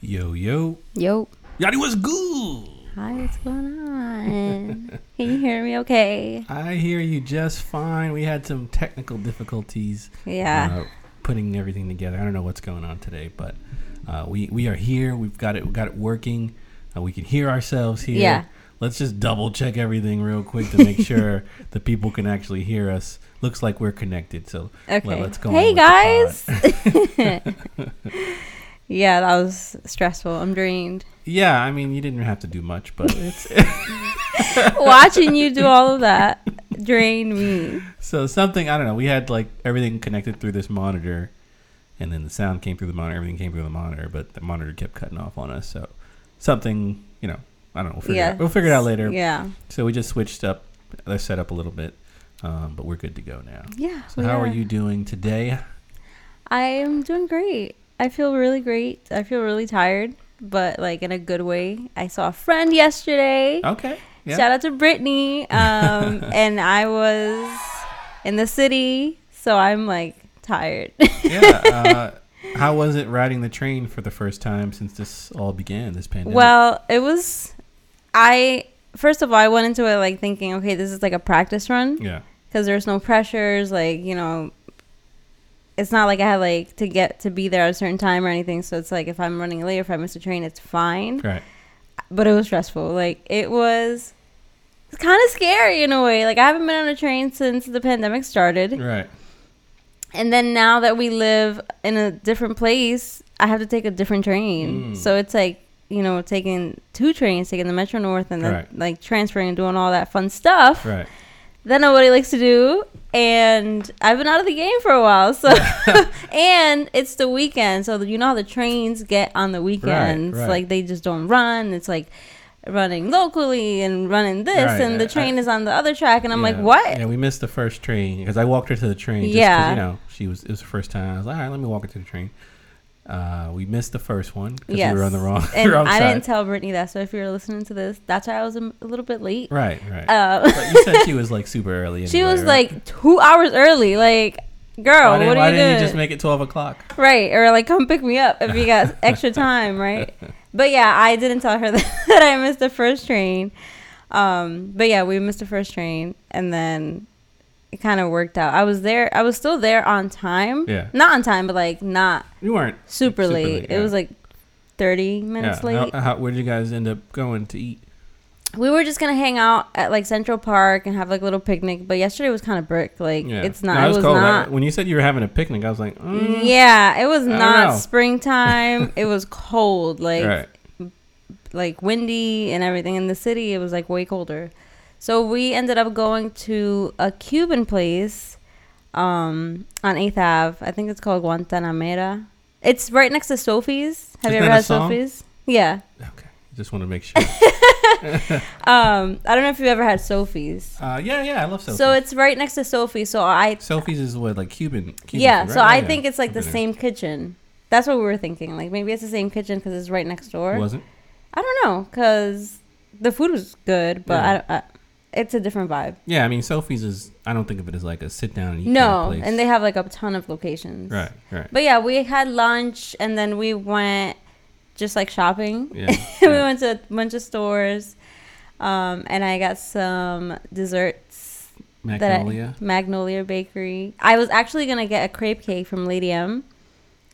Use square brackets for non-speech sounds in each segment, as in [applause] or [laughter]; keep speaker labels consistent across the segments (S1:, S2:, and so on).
S1: Yo, yo.
S2: Yo.
S1: Yadi was good.
S2: Hi, what's
S1: [laughs]
S2: going on? Can you hear me okay?
S1: I hear you just fine. We had some technical difficulties
S2: Yeah.
S1: uh, putting everything together. I don't know what's going on today, but uh, we we are here. We've got it. We got it working. Uh, we can hear ourselves here.
S2: Yeah.
S1: Let's just double check everything real quick to make
S2: [laughs]
S1: sure the people can actually hear us. Looks like we're connected, so let-
S2: okay.
S1: let's go. on
S2: hey,
S1: with the pod.
S2: guys. yeah, that was stressful. I'm drained.
S1: Yeah, I mean, you didn't have to do much, but it's
S2: Watching you do all of that drained me.
S1: So something I don't know. We had like everything connected through this monitor, and then the sound came through the monitor. Everything came through the monitor, but the monitor kept cutting off on us. So something you know, I don't know. We'll figure, it,
S2: yeah.
S1: out. We'll figure it out later.
S2: Yeah.
S1: So we just switched up the setup a little bit, um, but we're good to go now.
S2: Yeah.
S1: So
S2: we
S1: how are you doing today?
S2: I am doing great. I feel really great. I feel really tired, but like in a good way. I saw a friend yesterday.
S1: Okay. Oh, Yeah.
S2: Shout out to Brittany.
S1: [laughs]
S2: Um, and I was in the city, so I'm like tired. [laughs]
S1: yeah. Uh, how was it riding the train for the first time since this all began? This pandemic.
S2: well, it was. I first of all, I went into it like thinking, okay, this is like a practice run
S1: Yeah.
S2: because there's no pressures. Like you know, it's not like I had like to get to be there at a certain time or anything. So it's like if I'm running late, if I miss a train, it's fine.
S1: Right.
S2: But it was stressful. Like it was. It's kind of scary in a way. Like I haven't been on a train since the pandemic started.
S1: Right.
S2: And then now that we live in a different place, I have to take a different train.
S1: Mm.
S2: So it's like, you know, taking two trains, taking the Metro North and then
S1: Right.
S2: like transferring and doing all that fun stuff
S1: Right.
S2: that nobody likes to do. And I've been out of the game for a
S1: [laughs]
S2: while. So, [laughs] and it's the weekend. So, you know how the trains get on the weekends?
S1: right.
S2: Like they just don't run. It's like, running locally and running this
S1: Right,
S2: and the
S1: I-
S2: train is on the other track and i'm like
S1: Yeah.
S2: what
S1: Yeah, we missed the first train because I walked her to the train. Just 'cause,
S2: Yeah.
S1: you know, she was it was the first time. I was like, all right, let me walk her to the train. Uh, we missed the first one because we were on the wrong, [laughs]
S2: And
S1: wrong
S2: I
S1: side.
S2: didn't tell Brittany that. So if you're listening to this, that's why I was a, a little bit late.
S1: right, right.
S2: Uh,
S1: but you said she was like super early.
S2: [laughs] she
S1: anyway,
S2: was
S1: right?
S2: like two hours early. Like, girl,
S1: why, didn't,
S2: what
S1: why
S2: are you
S1: didn't
S2: doing?
S1: you just make it twelve o'clock?
S2: right, or like, come pick me up if
S1: [laughs]
S2: you got extra time, right? But yeah, I didn't tell her [laughs] that, I missed the first train. Um, but yeah, we missed the first train, and then it kind of worked out. I was there. I was still there on time.
S1: Yeah.
S2: Not on time, but like not
S1: You weren't
S2: super, late. It was like thirty minutes late.
S1: How, how, where did you guys end up going to eat?
S2: we were just gonna hang out at like Central Park and have like a little picnic, but yesterday was kind of brick. Like it's not.
S1: No,
S2: it was
S1: cold. I-
S2: not.
S1: when you said you were having a picnic, I was like, mm.
S2: yeah, it was
S1: don't
S2: not
S1: know. [laughs]
S2: springtime. it was cold, like
S1: right,
S2: like windy and everything. In the city, it was like way colder. So we ended up going to a Cuban place um, on Eighth Ave. I think it's called Guantanamera. It's right next to Sophie's. Have you
S1: Isn't that
S2: ever
S1: a
S2: had
S1: song?
S2: Sophie's? Yeah.
S1: okay. Just want to make
S2: [laughs]
S1: sure.
S2: Um, I don't know if you've ever had Sophie's.
S1: uh, yeah, yeah, I love Sophie's.
S2: So it's right next to Sophie. So I
S1: Sophie's is what like Cuban. Cuban
S2: yeah,
S1: food,
S2: so
S1: right?
S2: I
S1: Yeah,
S2: think it's like the
S1: Cuban.
S2: same kitchen. That's what we were thinking. Like maybe it's the same kitchen because it's right next door.
S1: Wasn't
S2: I don't know because the food was good, but
S1: Yeah.
S2: I, I, it's a different vibe.
S1: Yeah, I mean, Sophie's is. I don't think of it as like a sit down and eat.
S2: No,
S1: kind of place.
S2: and they have like a ton of locations.
S1: right, right,
S2: But yeah, we had lunch and then we went just like shopping.
S1: yeah,
S2: [laughs] we
S1: yeah.
S2: went to a bunch of stores, um, and I got some desserts. that I-
S1: Magnolia.
S2: Magnolia Bakery. I was actually gonna get a crepe cake from Lady M.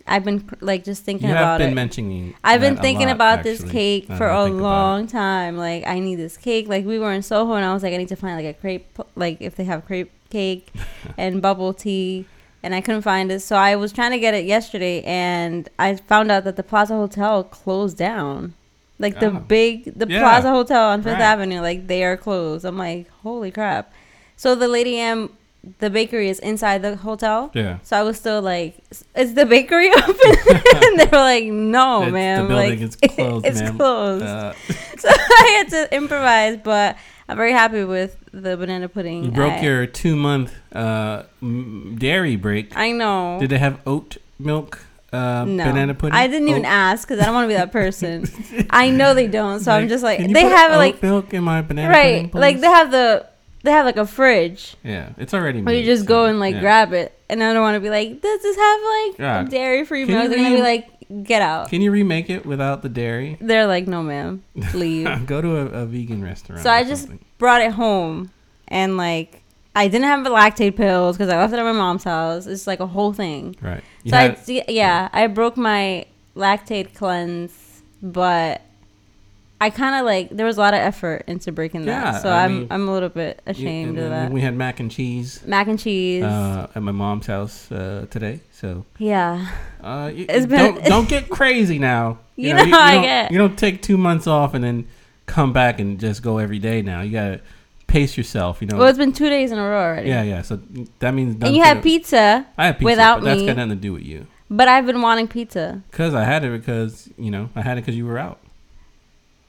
S2: I've been like just thinking
S1: You have
S2: about
S1: been
S2: it.
S1: mentioning.
S2: I've been
S1: that a
S2: thinking
S1: lot,
S2: about this
S1: actually,
S2: cake
S1: now
S2: for
S1: that I
S2: a
S1: think about it.
S2: long time. Like I need this cake. Like we were in Soho and I was like I need to find like a crepe like if they have crepe
S1: [laughs]
S2: cake and bubble tea and I couldn't find it. So I was trying to get it yesterday and I found out that the Plaza Hotel closed down. Like the
S1: Oh.
S2: big the
S1: Yeah.
S2: Plaza Hotel on 5th
S1: Right.
S2: Avenue like they are closed. I'm like holy crap. So the Lady M the bakery is inside the hotel.
S1: Yeah.
S2: So I was still like, "Is the bakery [laughs]
S1: [laughs]
S2: open?" and they were like, "No,
S1: It's- the
S2: ma'am.
S1: building
S2: Oh, like,
S1: is closed,
S2: [laughs] it's
S1: ma'am."
S2: closed."
S1: Uh,
S2: so I had to improvise, but I'm very happy with the banana pudding.
S1: you broke
S2: I,
S1: your two month uh, m- dairy break.
S2: I know.
S1: Did they have oat milk uh,
S2: no.
S1: banana pudding? Oh.
S2: I didn't even
S1: Oat-
S2: ask because I don't want to be
S1: [laughs]
S2: that person. I know they don't, so I'm just like
S1: can you
S2: they
S1: put
S2: have
S1: oat
S2: like
S1: milk in my banana
S2: right,
S1: pudding,
S2: like
S1: please?
S2: they have the they have like a fridge
S1: Yeah, it's already.
S2: where you
S1: made,
S2: just
S1: Mm, so,
S2: go and like
S1: yeah.
S2: grab it, and I don't want to be like, "Does this have like
S1: Yeah.
S2: dairy free
S1: Can you
S2: milk?" They're gonna be
S1: read-
S2: like, get out.
S1: Can you remake it without the dairy?
S2: They're like,
S1: [laughs]
S2: no, ma'am, leave.
S1: Go to a, a vegan restaurant.
S2: So
S1: or
S2: I just-
S1: something.
S2: Brought it home, and like, I didn't have the lactate pills because I left it at my mom's house. It's like a whole thing.
S1: right. You
S2: So
S1: had-
S2: I, yeah, yeah, I broke my lactate cleanse, but I kind of like there was a lot of effort into breaking
S1: Yeah,
S2: that. So
S1: I
S2: I am
S1: mean,
S2: I'm a little bit
S1: you-
S2: ashamed
S1: and
S2: of
S1: then
S2: that.
S1: We had mac and cheese
S2: Mac and cheese.
S1: uh, at my mom's house uh, today. So
S2: yeah.
S1: uh, you,
S2: It's
S1: you
S2: been-
S1: don't don't get crazy
S2: [laughs]
S1: now.
S2: You know how I
S1: don't-
S2: get.
S1: You don't take two months off and then come back and just go every day. Now you gotta pace yourself. You know.
S2: Well, it's been two days in a row already.
S1: yeah, yeah. So that means
S2: And
S1: done
S2: you
S1: for
S2: had
S1: the-
S2: pizza,
S1: I had pizza,
S2: without
S1: but that's
S2: me.
S1: got nothing to do with you.
S2: but I've been wanting pizza.
S1: Cause I had it because you know I had it because you were out.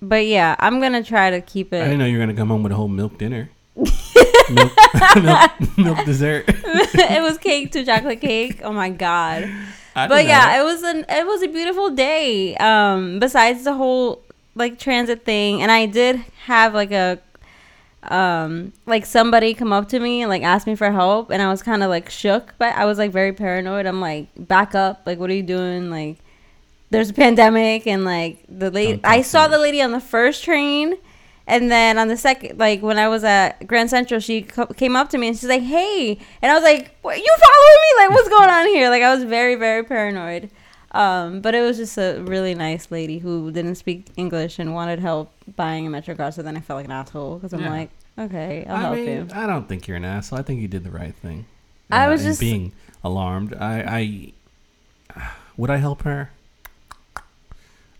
S2: But yeah, I'm gonna try to keep
S1: I didn't
S2: it.
S1: know you were gonna come home with a whole milk
S2: [laughs]
S1: dinner, milk, [laughs] milk, milk dessert. [laughs]
S2: [laughs] it was cake to chocolate cake. Oh my god.
S1: I
S2: But
S1: didn't
S2: yeah,
S1: know.
S2: it was an it was a beautiful day. Um, besides the whole like transit thing, and I did have like a um like somebody come up to me and like ask me for help, and I was kind of like shook, but I was like very paranoid. I'm like, back up! Like, what are you doing? Like, there's a pandemic, and like the lady,
S1: Don't talk
S2: I
S1: to
S2: saw
S1: me.
S2: the lady on the first train. And then on the second, like when I was at Grand Central, she co- came up to me and she's like, "Hey," and I was like, what, "You following me? Like, what's going on here?" Like, I was very, very paranoid. Um, but it was just a really nice lady who didn't speak English and wanted help buying a MetroCard. So then I felt like an asshole because I'm
S1: Yeah.
S2: like, "Okay, I'll
S1: I
S2: help
S1: mean,
S2: you."
S1: I don't think you're an asshole. I think you did the right thing.
S2: I was
S1: in
S2: just-
S1: being alarmed. I, I would I help her?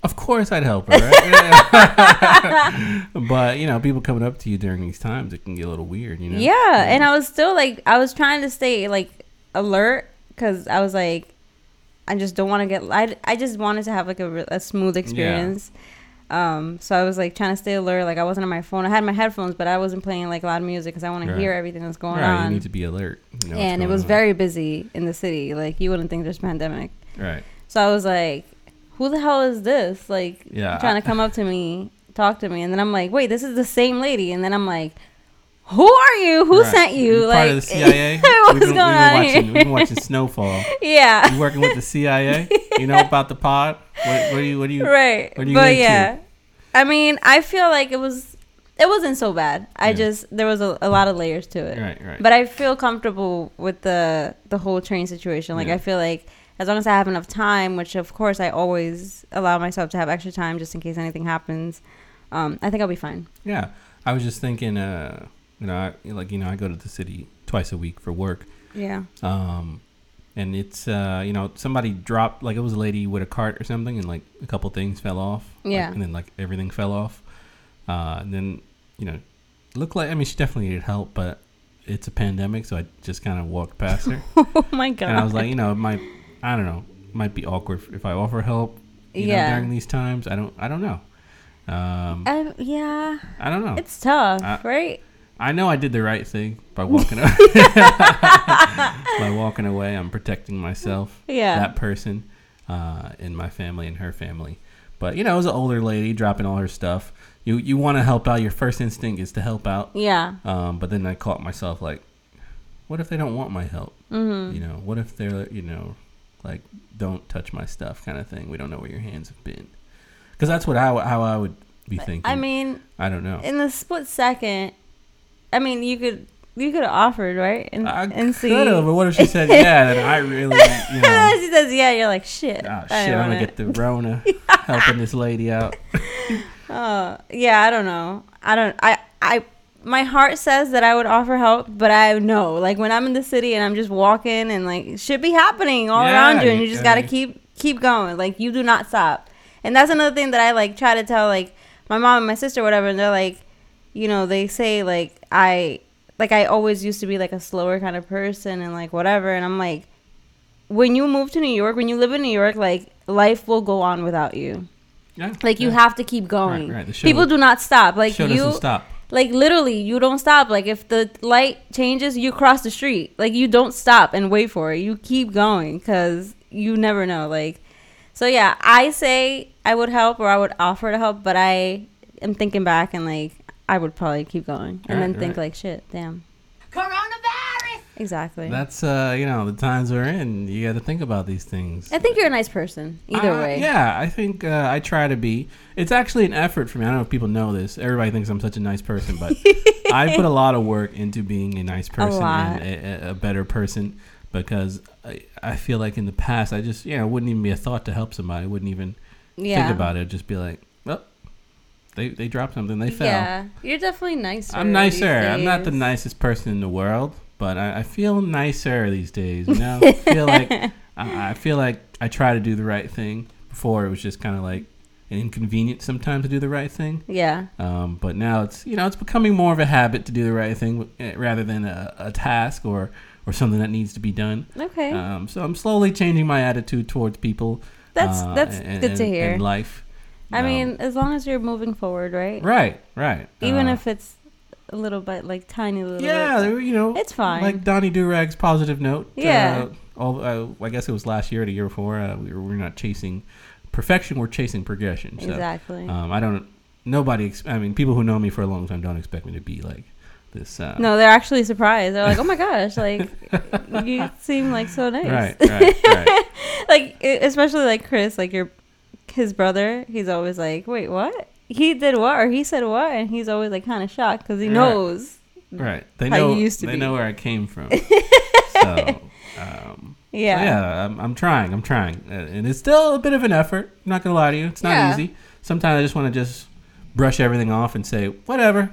S1: Of course, I'd help her.
S2: [laughs]
S1: right? [laughs] but you know, people coming up to you during these times, it can get a little weird. You know.
S2: Yeah, and I was still like, I was trying to stay like alert because I was like, I just don't want to get. I, I just wanted to have like a, re- a smooth experience. Um, so I was like trying to stay alert. Like I wasn't on my phone. I had my headphones, but I wasn't playing like loud music because I want
S1: Right.
S2: to hear everything that's going
S1: right. You
S2: on.
S1: need to be alert. You know what's
S2: and it
S1: going
S2: was
S1: on.
S2: very busy in the city. Like you wouldn't think there's pandemic.
S1: right.
S2: So I was like, who the hell is this? Like
S1: Yeah,
S2: trying
S1: I-
S2: to come up to me, talk to me, and then I'm like, wait, this is the same lady. And then I'm like, who are you? Who
S1: Right.
S2: sent you?
S1: You're
S2: like
S1: part
S2: [laughs]
S1: of the CIA.
S2: what's
S1: we've been,
S2: going on
S1: we've been watching,
S2: here? [laughs]
S1: We've been watching Snowfall.
S2: Yeah.
S1: You working with the
S2: [laughs]
S1: CIA? You know about the pod? What, what do you? What do you?
S2: Right.
S1: What are you
S2: But
S1: into?
S2: yeah. I mean, I feel like it was it wasn't so bad. I
S1: Yeah.
S2: just there was a, a lot of layers to it.
S1: Right. Right.
S2: But I feel comfortable with the the whole train situation. Like
S1: Yeah.
S2: I feel like as long as I have enough time, which of course I always allow myself to have extra time just in case anything happens, um, I think I'll be fine.
S1: Yeah, I was just thinking, uh, you know, I, like you know, I go to the city twice a week for work,
S2: Yeah.
S1: um, and it's uh, you know, somebody dropped like it was a lady with a cart or something, and like a couple things fell off. like,
S2: Yeah.
S1: and then like everything fell off. Uh, and then you know, looked like I mean, she definitely needed help, but it's a pandemic, so I just kind of walked past
S2: [laughs]
S1: her,
S2: [laughs] oh my god.
S1: and I was like, you know, it might, I don't know, might be awkward if I offer help, you
S2: Yeah.
S1: know, during these times. I don't, I don't know. Um,
S2: Um, yeah,
S1: I don't know.
S2: it's tough,
S1: I-
S2: right?
S1: I know I did the right thing
S2: [laughs]
S1: [laughs] by walking away. by walking away, I'm protecting myself,
S2: Yeah.
S1: that person, uh, and my family and her family. But you know, it was an older lady dropping all her stuff. You you want to help out. Your first instinct is to help out.
S2: yeah.
S1: Um, but then I caught myself like, what if they don't want my help?
S2: Mm-hmm.
S1: You know, what if they're you know, like don't touch my stuff kind of thing. We don't know where your hands have been, because that's what I w- how I would be thinking.
S2: I mean,
S1: I don't know.
S2: in the split second, I mean, you could you could have offered, right? And
S1: I
S2: and
S1: could have, but [laughs] what if she said yeah? Then I really, you know,
S2: [laughs] she says, "Yeah," you're like, "Shit."
S1: ah,
S2: I
S1: shit, I'm
S2: want
S1: gonna
S2: it."
S1: get the
S2: [laughs]
S1: Rona helping this lady out.
S2: Oh, yeah, I don't know. I don't. I I. My heart says that I would offer help, but I know, like, when I'm in the city and I'm just walking and like shit be happening all
S1: Yeah,
S2: around you, and
S1: you-
S2: you just
S1: I
S2: gotta
S1: mean-
S2: keep keep going. Like, you do not stop. And that's another thing that I like try to tell like my mom and my sister, whatever. And they're like, you know, they say like I like I always used to be like a slower kind of person and like whatever. And I'm like, when you move to New York, when you live in New York, like life will go on without you.
S1: Yeah,
S2: [laughs] Like you
S1: yeah.
S2: have to keep going.
S1: right, the show-
S2: People do not stop. Like
S1: show
S2: you,
S1: doesn't stop.
S2: like literally, you don't stop. Like if the light changes, you cross the street. Like you don't stop and wait for it. You keep going because you never know. Like, so yeah, I say I would help or I would offer to help, but I am thinking back and like I would probably keep going and
S1: Right,
S2: then think
S1: right.
S2: like shit, damn.
S3: Coronavirus!
S2: Exactly.
S1: That's uh, you know, the times we're in. You got to think about these things.
S2: I think you're a nice person. Either
S1: Uh,
S2: way.
S1: Yeah, I think uh, I try to be. It's actually an effort for me. I don't know if people know this. Everybody thinks I'm such a nice person,
S2: [laughs]
S1: but I put a lot of work into being a nice person
S2: lot.
S1: and a, a- a better person because I, I feel like in the past I just yeah it wouldn't even be a thought to help somebody. I wouldn't even
S2: Yeah.
S1: think about it. Just be like, well, they they dropped something. They fell.
S2: Yeah. You're definitely nicer.
S1: I'm nicer.
S2: these
S1: I'm not the
S2: days.
S1: nicest person in the world, but I, I feel nicer these days. You
S2: [laughs]
S1: know, I feel like I, I feel like I try to do the right thing. Before it was just kind of like an inconvenience sometimes to do the right thing.
S2: Yeah.
S1: Um, but now it's you know it's becoming more of a habit to do the right thing eh, rather than a, a task or or something that needs to be done.
S2: Okay.
S1: Um, so I'm slowly changing my attitude towards people.
S2: That's- that's
S1: uh, and-
S2: good to
S1: and-
S2: hear.
S1: And life.
S2: I
S1: Um,
S2: mean, as long as you're moving forward, right?
S1: right, right.
S2: Even
S1: Uh,
S2: if it's a little bit, like tiny little.
S1: yeah,
S2: bit.
S1: there were, you know,
S2: It's fine.
S1: Like Donnie Durag's positive note.
S2: Yeah.
S1: Uh, all, uh, I guess it was last year, or the year before. Uh, we, were, we are not chasing perfection; we're chasing progression. So,
S2: Exactly.
S1: um, I don't. Nobody. Ex- I mean, people who know me for a long time don't expect me to be like this. Uh,
S2: no, they're actually surprised. They're like, "Oh my gosh! Like, [laughs] you seem like so nice."
S1: Right.
S2: [laughs]
S1: Right. right.
S2: like e- especially like Chris, like your his brother, he's always like, "Wait, what? He did what or he said what?" And he's always like kind of shocked because he
S1: Right.
S2: knows. [laughs]
S1: right. They
S2: How
S1: know.
S2: you used to
S1: they
S2: be.
S1: know where I came
S2: [laughs]
S1: from. so. Um,
S2: Yeah.
S1: So, yeah, I'm, I'm trying. I'm trying. Uh, And it's still a bit of an effort. I'm not going to lie to you. It's not
S2: Yeah.
S1: easy. Sometimes I just want to just brush everything off and say, whatever,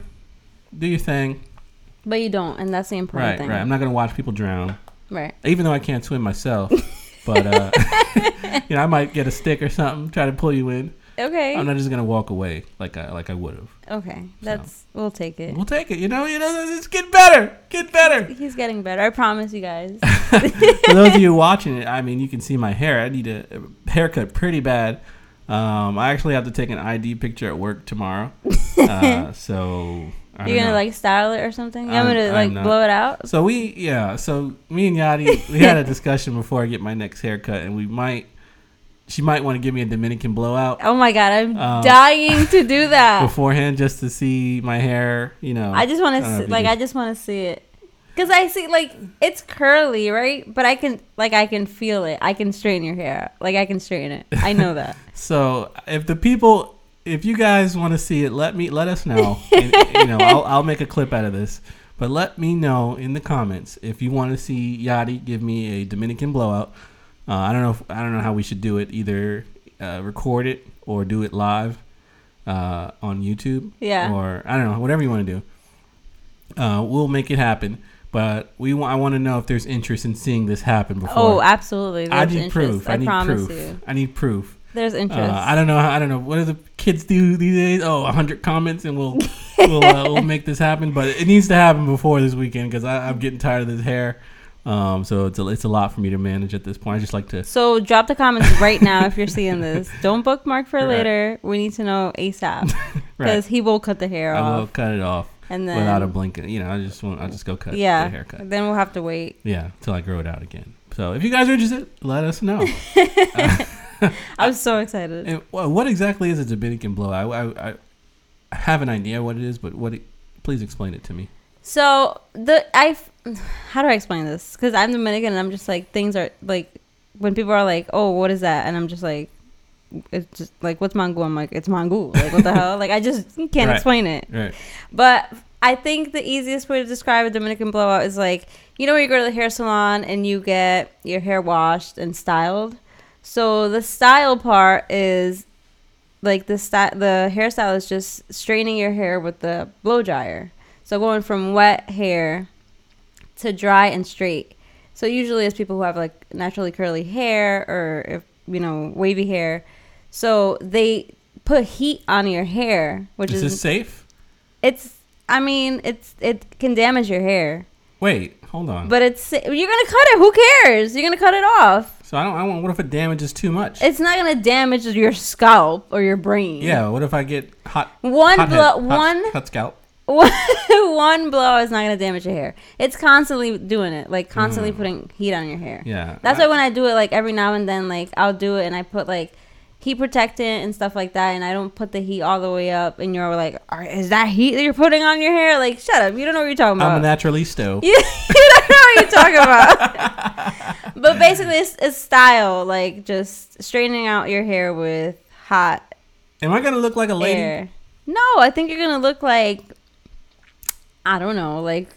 S1: do your thing.
S2: But you don't, and that's the important
S1: Right,
S2: thing.
S1: right. I'm not going to watch people drown,
S2: Right.
S1: even though I can't swim
S2: [laughs]
S1: myself. but, uh, [laughs] you know, I might get a stick or something, try to pull you in.
S2: Okay.
S1: I'm not just going to walk away like I, like I would have.
S2: okay. That's we'll take it.
S1: We'll take it. You know, you know, it's get better. Get better.
S2: He's getting better. I promise
S1: [laughs]
S2: you guys.
S1: For those of you watching it, I mean, you can see my hair. I need a a haircut pretty bad. Um, I actually have to take an ID picture at work tomorrow.
S2: [laughs]
S1: Uh, so I
S2: You're
S1: don't
S2: gonna
S1: know.
S2: like style it or something. You
S1: I'm-
S2: want me to
S1: I'm
S2: like
S1: not.
S2: blow it out?
S1: So we yeah. So me and Yadi we had a discussion before I get my next haircut, and we might she might want to give me a Dominican blowout
S2: Oh my god, I'm
S1: Um,
S2: dying to
S1: [laughs]
S2: do that.
S1: beforehand just to see my hair. You know,
S2: Ah. I just want
S1: don't know
S2: to
S1: if you
S2: like
S1: just-
S2: I just want to see it. Cause I see like it's curly, right? But I can like I can feel it. I can straighten your hair. Like I can straighten it. I know that.
S1: So if the people, if you guys want to see it, let me let us
S2: [laughs]
S1: know. And, you know, I'll, I'll make a clip out of this. But let me know in the comments if you want to see Yadi give me a Dominican blowout. Uh, I don't know. If, I don't know how we should do it. Either uh, record it or do it live uh, on YouTube.
S2: Yeah.
S1: Or I don't know. Whatever you want to do, uh, we'll make it happen. But we want. I want to know if there's interest in seeing this happen [laughs] before.
S2: oh, absolutely. There's
S1: I need
S2: interest.
S1: proof. I, need
S2: promise
S1: proof.
S2: you.
S1: I need proof.
S2: There's interest.
S1: Uh, I don't know. How, I don't know. What do the kids do these days? Oh, 100 comments, and
S2: [laughs]
S1: we'll we'll, uh, we'll make this happen. But it needs to happen before this weekend because I'm getting tired of this hair. Um, so it's a, it's a lot for me to manage at this point. I just like to.
S2: so drop the comments right now if you're seeing this. Don't bookmark
S1: [laughs]
S2: for
S1: Right.
S2: later. We need to know ASAP because
S1: [laughs] Right,
S2: he will cut the hair
S1: I will
S2: off
S1: cut it off
S2: and then
S1: without a blink. You know, I just want. I just go cut.
S2: yeah.
S1: the haircut.
S2: Then we'll have to wait.
S1: Yeah, till I grow it out again. So if you guys are interested, let us
S2: [laughs]
S1: know.
S2: I'm so excited.
S1: and wha- what exactly is a Dominican blowout? I, I, I have an idea what it is, but what? It, please explain it to me.
S2: So the I, how do I explain this? Because I'm Dominican and I'm just like things are like when people are like, oh, what is that? And I'm just like, it's just like what's mango? I'm like it's mango. Like what the hell? Like I just can't
S1: Right.
S2: explain it.
S1: Right.
S2: But I think the easiest way to describe a Dominican blowout is like you know when you go to the hair salon and you get your hair washed and styled. So the style part is like the sty- the hairstyle is just straightening your hair with the blow dryer. So going from wet hair to dry and straight. So usually it's people who have like naturally curly hair or if you know wavy hair. So they put heat on your hair, which
S1: Is
S2: is
S1: this safe?
S2: it's. I mean, it's it can damage your hair,
S1: Wait, hold on.
S2: but it's you're gonna cut it. Who cares? You're gonna cut it off.
S1: So I don't. I want. What if it damages too much?
S2: It's not gonna damage your scalp or your brain.
S1: yeah. What if I get hot?
S2: One
S1: hot
S2: blow.
S1: head, hot-
S2: One
S1: hot scalp.
S2: [laughs] one blow is not gonna damage your hair. It's constantly doing it, like constantly putting heat on your hair.
S1: Mm. Yeah.
S2: That's
S1: I,
S2: why when I do it, like every now and then, like I'll do it and I put like heat protectant and stuff like that, and I don't put the heat all the way up. And you're like, "All right, "Is that heat that you're putting on your hair?" Like, shut up! [laughs] You don't know what you're talking about.
S1: I'm a naturalisto.
S2: You, you don't know what are
S1: [laughs]
S2: you talking about? but basically, it's, it's style, like just straightening out your hair with hot
S1: Am I gonna look like a lady?
S2: air. No, I think you're gonna look like I don't know, like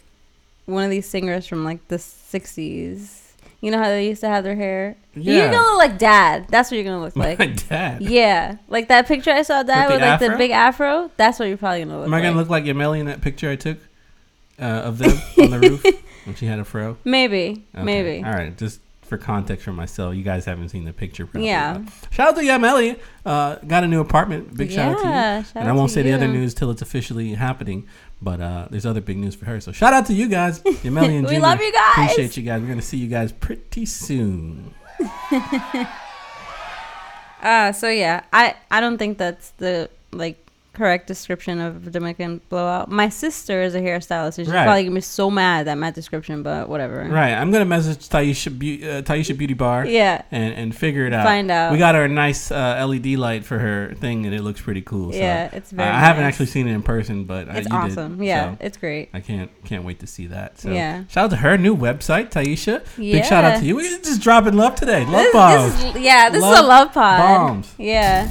S2: one of these singers from like the '60s. You know how they used to have their hair.
S1: Yeah.
S2: You're gonna look like Dad. That's what you're gonna look
S1: [laughs] [laughs]
S2: like.
S1: My dad.
S2: Yeah, like that picture I saw Dad
S1: the
S2: with, like
S1: afro?
S2: the big afro. That's what you're probably gonna look.
S1: Am I gonna
S2: like.
S1: look like Yamelli in that picture I took uh, of them on the
S2: [laughs]
S1: roof when she had a fro?
S2: Maybe,
S1: Okay.
S2: maybe.
S1: All right, just for context for myself, you guys haven't seen the picture. Probably.
S2: Yeah.
S1: Shout out to Yamelli. Uh, got a new apartment. Big shout out to you.
S2: Yeah, shout
S1: and I
S2: out
S1: won't
S2: to
S1: say the other
S2: you.
S1: news till it's officially happening, but uh, there's other big news for her. So shout out to you
S2: [laughs]
S1: guys, Yamelli and
S2: We
S1: Junior.
S2: love you guys.
S1: Appreciate you guys. We're gonna see you guys pretty soon.
S2: Uh, so yeah, I I don't think that's the like correct description of Dominican blowout. My sister is a hairstylist, so she's
S1: Right.
S2: probably gonna be so mad at my description, but whatever.
S1: Right. I'm gonna message Taisha, Be- uh, Taisha Beauty Bar.
S2: Yeah.
S1: and and figure it out.
S2: Find out.
S1: We got her a nice uh, LED light for her thing, and it looks pretty cool. So
S2: Yeah, it's very
S1: I, I haven't
S2: nice.
S1: actually seen it in person, but uh,
S2: It's
S1: you did,
S2: awesome. yeah,
S1: so
S2: it's great.
S1: I can't can't wait to see that. So
S2: Yeah.
S1: shout out to her new website, Taisha. Big
S2: Yeah.
S1: shout out to you. We're just dropping love today. Love
S2: This-
S1: bombs.
S2: this is- yeah, this is a
S1: Love
S2: love pod.
S1: bombs.
S2: Yeah.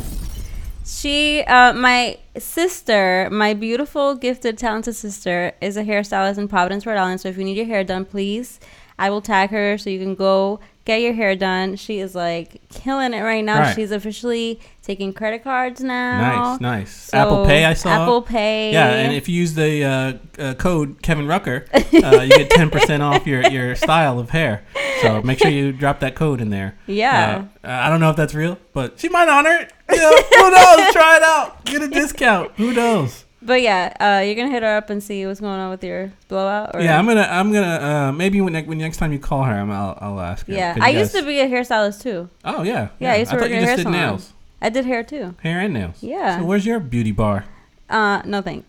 S2: She, uh, my sister, my beautiful, gifted, talented sister, is a hairstylist in Providence, Rhode Island. So if you need your hair done, please, I will tag her so you can go get your hair done. She is like killing it right now.
S1: Right.
S2: She's officially taking credit cards now.
S1: Nice, nice.
S2: So
S1: Apple Pay, I saw.
S2: Apple Pay.
S1: Yeah, and if you use the uh, uh, code Kevin Rucker, uh, you get ten percent off your, your style of hair. So make sure you drop that code in there.
S2: [laughs] Yeah.
S1: Uh, I don't know if that's real, but she might honor it. You know, who
S2: [laughs]
S1: knows? Try it out, get a discount. Who knows?
S2: but yeah, uh, you're gonna hit her up and see what's going on with your blowout. Or
S1: Yeah, I'm gonna, I'm gonna, uh, maybe when ne- when next time you call her, I'm, I'll, I'll ask her.
S2: yeah.
S1: 'Cause
S2: I
S1: you
S2: used
S1: guys-
S2: to be a hairstylist too.
S1: Oh yeah,
S2: Yeah, I used
S1: I
S2: to work
S1: thought you
S2: in a
S1: just
S2: hair
S1: did
S2: salon.
S1: nails,
S2: I did hair too.
S1: hair and nails.
S2: Yeah.
S1: So where's your beauty bar?
S2: Uh,
S1: [laughs]
S2: no thanks.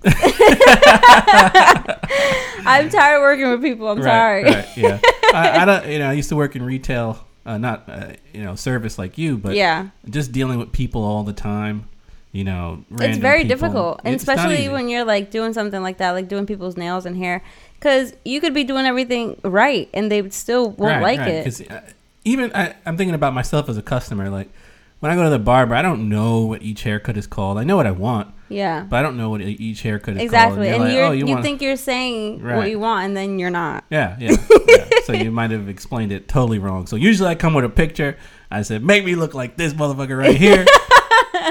S2: I'm tired of working with people. I'm sorry.
S1: Right,
S2: [laughs]
S1: yeah. I, I don't, you know, I used to work in retail, uh, not, uh, you know, service like you, but
S2: yeah,
S1: just dealing with people all the time, you know,
S2: it's
S1: random
S2: very
S1: people.
S2: difficult, and
S1: It's not
S2: especially
S1: easy.
S2: when you're like doing something like that, like doing people's nails and hair, because you could be doing everything right, and they still won't
S1: Right,
S2: like
S1: right,
S2: it.
S1: 'cause, uh, even I, I'm thinking about myself as a customer, like. When I go to the barber, I don't know what each haircut is called. I know what I want,
S2: Yeah,
S1: but I don't know what e- each haircut is
S2: exactly.
S1: called.
S2: And
S1: they're
S2: you're,
S1: like, "Oh,
S2: you
S1: want-
S2: think you're saying
S1: Right.
S2: what you want, and then you're not.
S1: [laughs] Yeah,
S2: [laughs]
S1: yeah. yeah. so you might have explained it totally wrong. So usually I come with a picture. I said, make me look like this motherfucker right
S2: [laughs]
S1: here.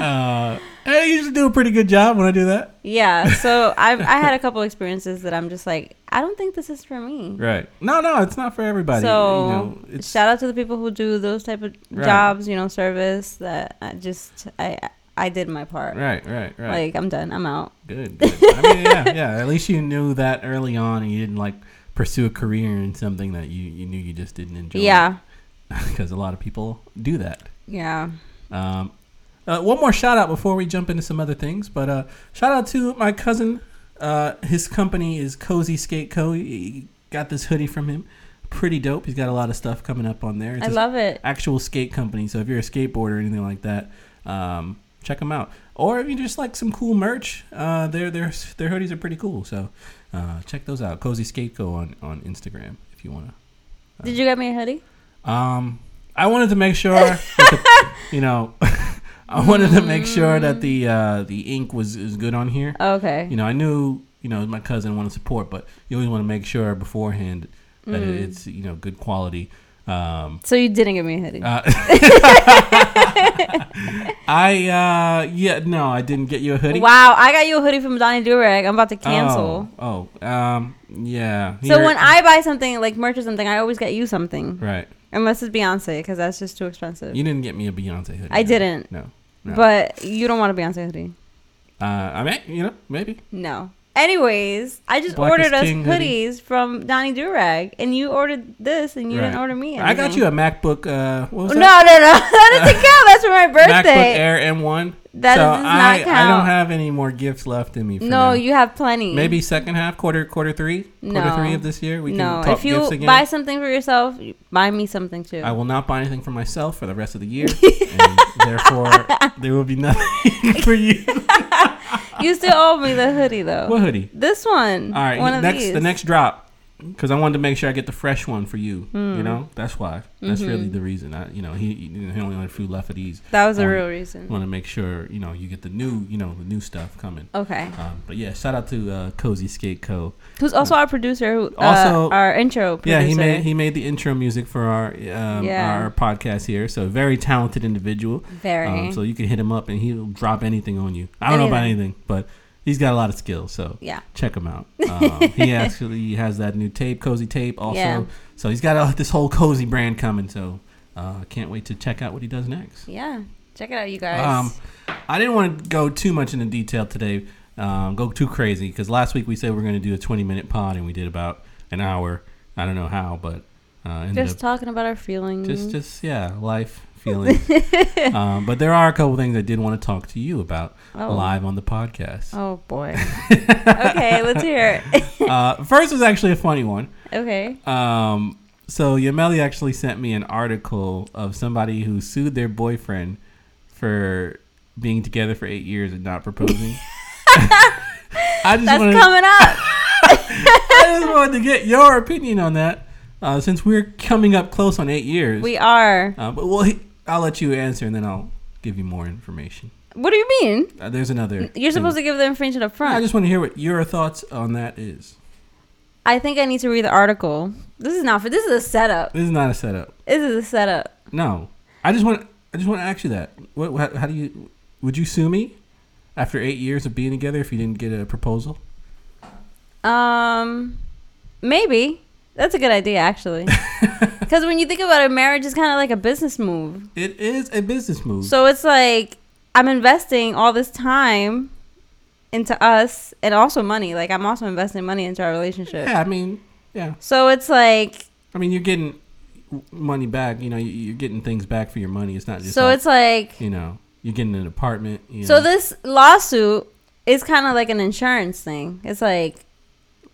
S1: uh, I usually do a pretty good job when I do that. [laughs]
S2: Yeah. So I've I had a couple experiences that I'm just like, I don't think this is for me.
S1: Right. No, no, it's not for everybody.
S2: So
S1: you know, it's
S2: shout out to the people who do those type of
S1: Right.
S2: jobs, you know, service that I just I I did my part.
S1: right, right, right.
S2: Like I'm done. I'm out.
S1: good, good. I mean, yeah, yeah. At least you knew that early on, and you didn't like pursue a career in something that you you knew you just didn't enjoy. [laughs]
S2: Yeah.
S1: Because a lot of people do that.
S2: Yeah.
S1: Um, uh, one more shout out before we jump into some other things, but uh, shout out to my cousin. Uh, his company is Cozy Skate Co. He got this hoodie from him. Pretty dope. He's got a lot of stuff coming up on there. It's
S2: I
S1: his
S2: love it.
S1: actual skate company. So if you're a skateboarder or anything like that, um, check them out. Or if you just like some cool merch, uh, their their their hoodies are pretty cool. So uh, check those out. Cozy Skate Co. on on Instagram if you wanna. uh,
S2: Did you get me a hoodie?
S1: Um, I wanted to make sure, that the, you know, [laughs] I wanted to make sure that the uh, the ink was is good on here.
S2: Oh, Okay.
S1: You know, I knew you know my cousin wanted support, but you always want to make sure beforehand that
S2: Mm.
S1: it's you know good quality. Um,
S2: So you didn't get me a hoodie.
S1: uh, [laughs] I uh, yeah no, I didn't get you a hoodie.
S2: Wow, I got you a hoodie from Donnie Durag. I'm about to cancel.
S1: Oh, oh um, yeah.
S2: So
S1: Here-
S2: when I buy something like merch or something, I always get you something,
S1: right,
S2: unless it's Beyonce, because that's just too expensive.
S1: you didn't get me a Beyonce hoodie.
S2: I
S1: no.
S2: didn't.
S1: No, no.
S2: But you don't want a Beyonce hoodie.
S1: uh, I mean, you know, maybe.
S2: No. Anyways, I just
S1: Black is
S2: ordered us
S1: king
S2: hoodies
S1: hoodie.
S2: from Donnie Durag, and you ordered this, and you didn't
S1: Right.
S2: order me.
S1: I got
S2: anything.
S1: you a MacBook. Uh, what was
S2: No,
S1: that?
S2: no, [laughs] no, that doesn't count. That's for my
S1: MacBook
S2: birthday.
S1: Air M1.
S2: That
S1: so
S2: does not
S1: I, I don't
S2: count.
S1: have any more gifts left in me. For
S2: No,
S1: now.
S2: you have plenty.
S1: maybe second half, quarter, quarter three, quarter
S2: No.
S1: three of this year. We
S2: no.
S1: can talk
S2: If you
S1: gifts again.
S2: buy something for yourself, you buy me something too.
S1: I will not buy anything for myself for the rest of the
S2: [laughs]
S1: year, and therefore there will be nothing [laughs] for
S2: [laughs]
S1: you.
S2: you still owe me the hoodie though.
S1: What hoodie?
S2: This one.
S1: All right,
S2: One of
S1: next
S2: these.
S1: the next drop. because I wanted to make sure I get the fresh one for you.
S2: Hmm.
S1: You know, that's why. That's
S2: Mm-hmm.
S1: really the reason. I, you know, he he only had a few left of these.
S2: That was the
S1: Um,
S2: real reason.
S1: Want to make sure you know you get the new, you know, the new stuff coming.
S2: Okay.
S1: Um, but yeah, shout out to uh, Cozy Skate Co.
S2: Who's also our producer? Who, uh,
S1: Also-
S2: our intro producer.
S1: Yeah, he made he made the intro music for our um,
S2: Yeah.
S1: our podcast here. So very talented individual.
S2: very.
S1: Um, so you can hit him up and he'll drop anything on you. I don't know about anything, but he's got a lot of skill. So
S2: yeah.
S1: check him
S2: [laughs]
S1: out. Um, he actually has that new tape, cozy tape, also.
S2: Yeah.
S1: So he's got uh, [laughs] this whole cozy brand coming. So uh, can't wait to check out what he does next.
S2: Yeah. Check it out, you guys.
S1: Um, I didn't want to go too much into detail today, um, go too crazy, because last week we said we are going to do a 20 minute pod and we did about an hour. I don't know how, but uh, ended
S2: just
S1: up
S2: talking about our feelings.
S1: just, just yeah, life
S2: [laughs]
S1: feelings. um, but there are a couple things I did want to talk to you about
S2: oh.
S1: live on the podcast.
S2: Oh
S1: [laughs]
S2: boy. okay, let's hear it.
S1: Uh, first was actually a funny one. [laughs]
S2: okay.
S1: Um, so Yameli actually sent me an article of somebody who sued their boyfriend for being together for eight years and not
S2: [laughs]
S1: proposing. I just
S2: That's
S1: wanted,
S2: coming up.
S1: [laughs] I just wanted to get your opinion on that, uh, since we're coming up close on eight years.
S2: We are.
S1: uh, but well, he, I'll let you answer, and then I'll give you more information.
S2: What do you mean?
S1: Uh, there's another.
S2: You're supposed to give the information up
S1: I
S2: front.
S1: just want to hear what your thoughts on that is.
S2: I think I need to read the article. This is not for. This is a setup.
S1: This is not a setup.
S2: This is a setup.
S1: No, I just want I just want to ask you that. What? How, how do you? Would you sue me after eight years of being together if you didn't get a proposal? [laughs]
S2: Um, maybe that's a good
S1: [laughs]
S2: idea actually. Because when you think about it, marriage is kind of like a business move.
S1: It is a business move.
S2: So it's like I'm investing all this time into us and also money. Like I'm also investing money into our relationship.
S1: yeah, I mean, yeah,
S2: So it's like
S1: I mean, you're getting money back. You know, you- you're getting things back for your money. It's not just
S2: so
S1: like,
S2: it's like
S1: you know, you're getting an apartment. You know,
S2: so this lawsuit is kind of like an insurance thing. It's like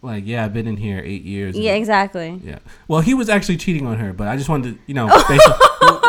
S1: like yeah, I've been in here eight years. and-
S2: yeah, exactly.
S1: Yeah. Well, he was actually cheating on her, but I just wanted to, you
S2: [laughs]
S1: know, basically,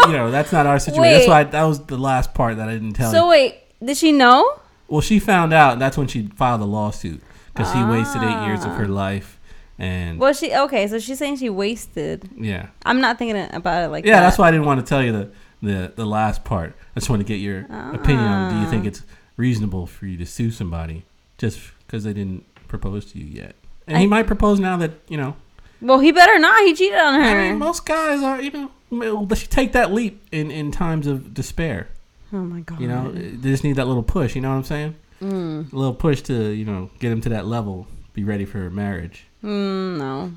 S1: you know, that's not our situation. That's
S2: Wait.
S1: why that was the last part that I didn't tell you.
S2: So wait, did she know?
S1: Well, she found out. That's when she filed a lawsuit because he wasted eight years of
S2: Ah.
S1: her life, and
S2: Well, she okay. So she's saying she wasted.
S1: yeah,
S2: I'm not thinking about it like
S1: yeah.
S2: that.
S1: That's why I didn't want to tell you the the the last part. I just want to get your opinion on. Do you think
S2: Ah.
S1: it's reasonable for you to sue somebody just because they didn't propose to you yet? And
S2: I-
S1: he might propose now that you know.
S2: Well, he better not. He cheated on her.
S1: I mean, most guys are you know. well, They should take that leap in in times of despair.
S2: oh my god.
S1: You know, they just need that little push. You know what I'm saying?
S2: Mm,
S1: A little push to you know get them to that level. Be ready for marriage.
S2: mm, no.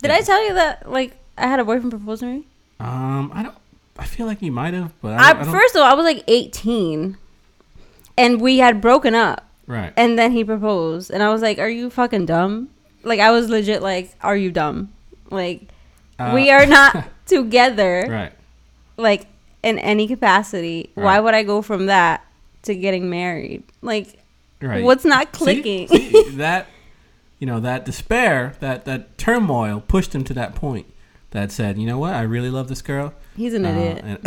S2: Did
S1: Yeah.
S2: I tell you that like I had a boyfriend propose to me?
S1: Um, I don't. I feel like you might have, but I,
S2: I,
S1: don't- I don't,
S2: first of all, I was like 18, and we had broken up,
S1: right.
S2: and then he proposed, and I was like, "Are you fucking dumb?" Like I was legit like, "Are you dumb?" Like
S1: Uh,
S2: we
S1: [laughs]
S2: are not [laughs] together,
S1: right.
S2: like in any capacity. Why
S1: Right.
S2: would I go from that to getting married? Like
S1: Right.
S2: what's not
S1: See?
S2: clicking?
S1: See? that you know that despair, that that turmoil pushed him to that point. That said, you know what? I really love this girl.
S2: [laughs] He's an
S1: uh,
S2: idiot.
S1: and-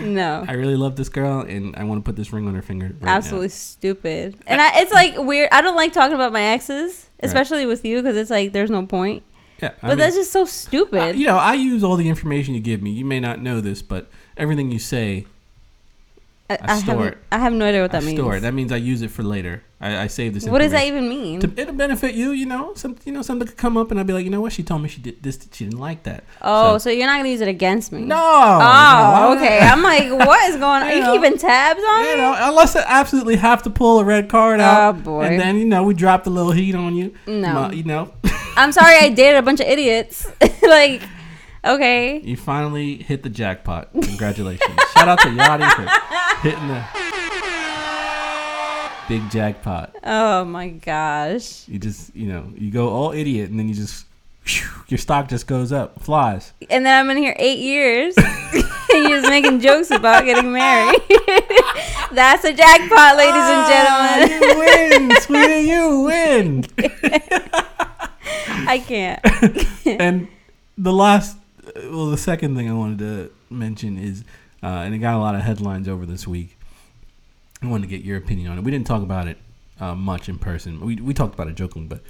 S2: No.
S1: [laughs] I really love this girl, and I want to put this ring on her finger. right now.
S2: absolutely stupid. And
S1: [laughs]
S2: I, it's like weird. I don't like talking about my exes, especially with you, because it's like there's no point.
S1: Yeah. I
S2: But
S1: mean,
S2: that's just so
S1: I-
S2: stupid.
S1: you know, I use all the information you give me. You may not know this, but everything you say,
S2: I,
S1: I
S2: I
S1: store
S2: have,
S1: it.
S2: I have no idea what
S1: I
S2: that means.
S1: store it. That means I use it for later. I, I save this.
S2: what does that
S1: information.
S2: even mean?
S1: to, it'll benefit you. You know, some you know something could come up, and I'd be like, you know what? She told me she did this. She didn't like that.
S2: oh,
S1: so-
S2: so, you're not gonna use it against me?
S1: No. no,
S2: Oh, okay.
S1: I,
S2: I'm like, what is going
S1: [laughs]
S2: on?
S1: You
S2: Are you
S1: know.
S2: keeping tabs on
S1: you
S2: me?
S1: know, unless I absolutely have to pull a red card out,
S2: Oh, boy.
S1: and then you know we dropped a little heat on you.
S2: No.
S1: My- you know, [laughs]
S2: I'm sorry, I dated a bunch of idiots. [laughs] like, okay.
S1: you finally hit the jackpot. Congratulations! Shout out to Yachty for hitting
S2: [laughs]
S1: the big jackpot.
S2: Oh my gosh.
S1: You just you know you go all idiot, and then you just whew, your stock just goes up, flies.
S2: And then I'm in here eight years. [laughs] and you're just making jokes about getting married. [laughs] That's a jackpot, ladies and gentlemen.
S1: Ah, you win, sweetie,
S2: [laughs]
S1: you win.
S2: I
S1: [laughs]
S2: can't.
S1: and the last, well, the second thing I wanted to mention is, uh, and it got a lot of headlines over this week. I wanted to get your opinion on it. We didn't talk about it uh, much in person. We we talked about it jokingly, but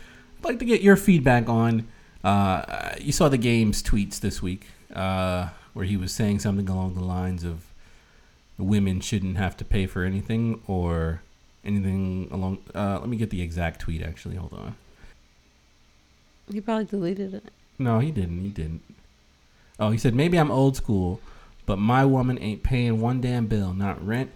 S1: like to get your feedback on. Uh, you saw the game's tweets this week uh, where he was saying something along the lines of women shouldn't have to pay for anything or anything along. Uh, let me get the exact tweet actually. Hold on.
S2: He probably deleted it.
S1: No, he didn't. He didn't. Oh, he said maybe I'm old school, but my woman ain't paying one damn bill, not rent,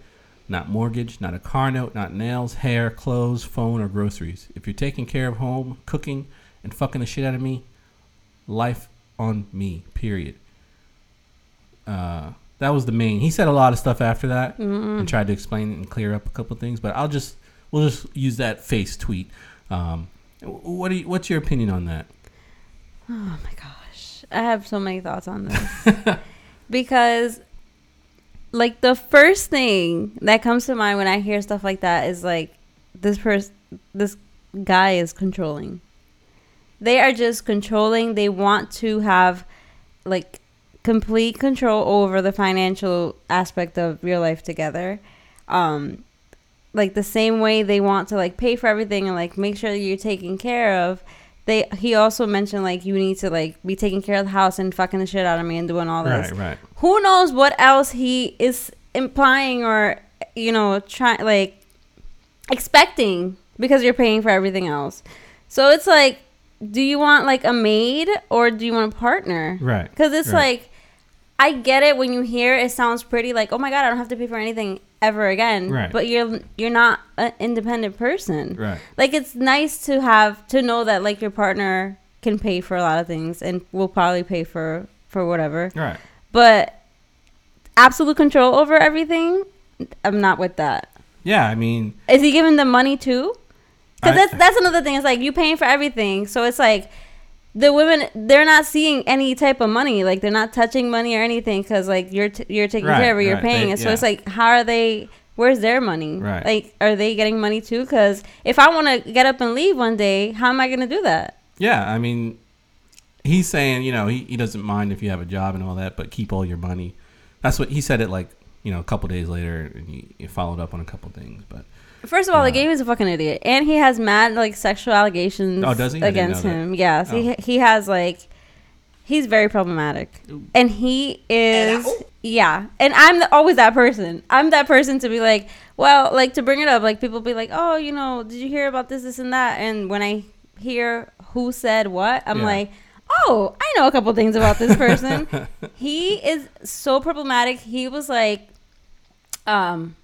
S1: not mortgage, not a car note, not nails, hair, clothes, phone, or groceries. If you're taking care of home, cooking, and fucking the shit out of me, life on me. Period. Uh, that was the main. He said a lot of stuff after that and tried to explain it and clear up a couple things. But I'll just we'll just use that face tweet. Um, wh- what do you, what's your opinion on that?
S2: Oh my gosh. I have so many thoughts on this. because like the first thing that comes to mind when I hear stuff like that is like this person this guy is controlling. They are just controlling. They want to have like complete control over the financial aspect of your life together. Um like the same way they want to like pay for everything and like make sure that you're taken care of they he also mentioned like you need to like be taking care of the house and fucking the shit out of me and doing all this.
S1: Right, right.
S2: Who knows what else he is implying or you know trying like expecting because you're paying for everything else. So it's like, do you want like a maid or do you want a partner?
S1: Right,
S2: Because it's
S1: right.
S2: like, I get it when you hear it, it sounds pretty like oh my god I don't have to pay for anything ever again.
S1: Right.
S2: But you're you're not an independent person
S1: Right.
S2: like it's nice to have to know that like your partner can pay for a lot of things and will probably pay for for whatever
S1: Right.
S2: but absolute control over everything i'm not with that
S1: Yeah, I mean,
S2: is he giving them money too because
S1: I-
S2: that's that's another thing it's like you paying for everything so it's like the women they're not seeing any type of money like they're not touching money or anything because like you're t- you're taking
S1: Right,
S2: care of it you're
S1: right,
S2: paying
S1: they-
S2: it so
S1: yeah.
S2: it's like how are they where's their money
S1: Right.
S2: like are they getting money too because if i want to get up and leave one day how am i gonna do that
S1: yeah, I mean, he's saying, you know, he, he doesn't mind if you have a job and all that, but keep all your money. That's what he said it like, you know, a couple days later, and he, he followed up on a couple things. But
S2: First of all, the
S1: Yeah.
S2: game is a fucking idiot, and he has mad like sexual allegations
S1: Oh, does he? I didn't
S2: against
S1: know that. Oh.
S2: him. Yes, he he has like he's very problematic, and he is yeah. And I'm the, always that person. I'm that person to be like, well, like to bring it up. Like people be like, oh, you know, did you hear about this, this, and that? And when I hear who said what, I'm
S1: Yeah.
S2: like. Oh, I know a couple things about
S1: [laughs]
S2: this person. he is so problematic. He was like, um,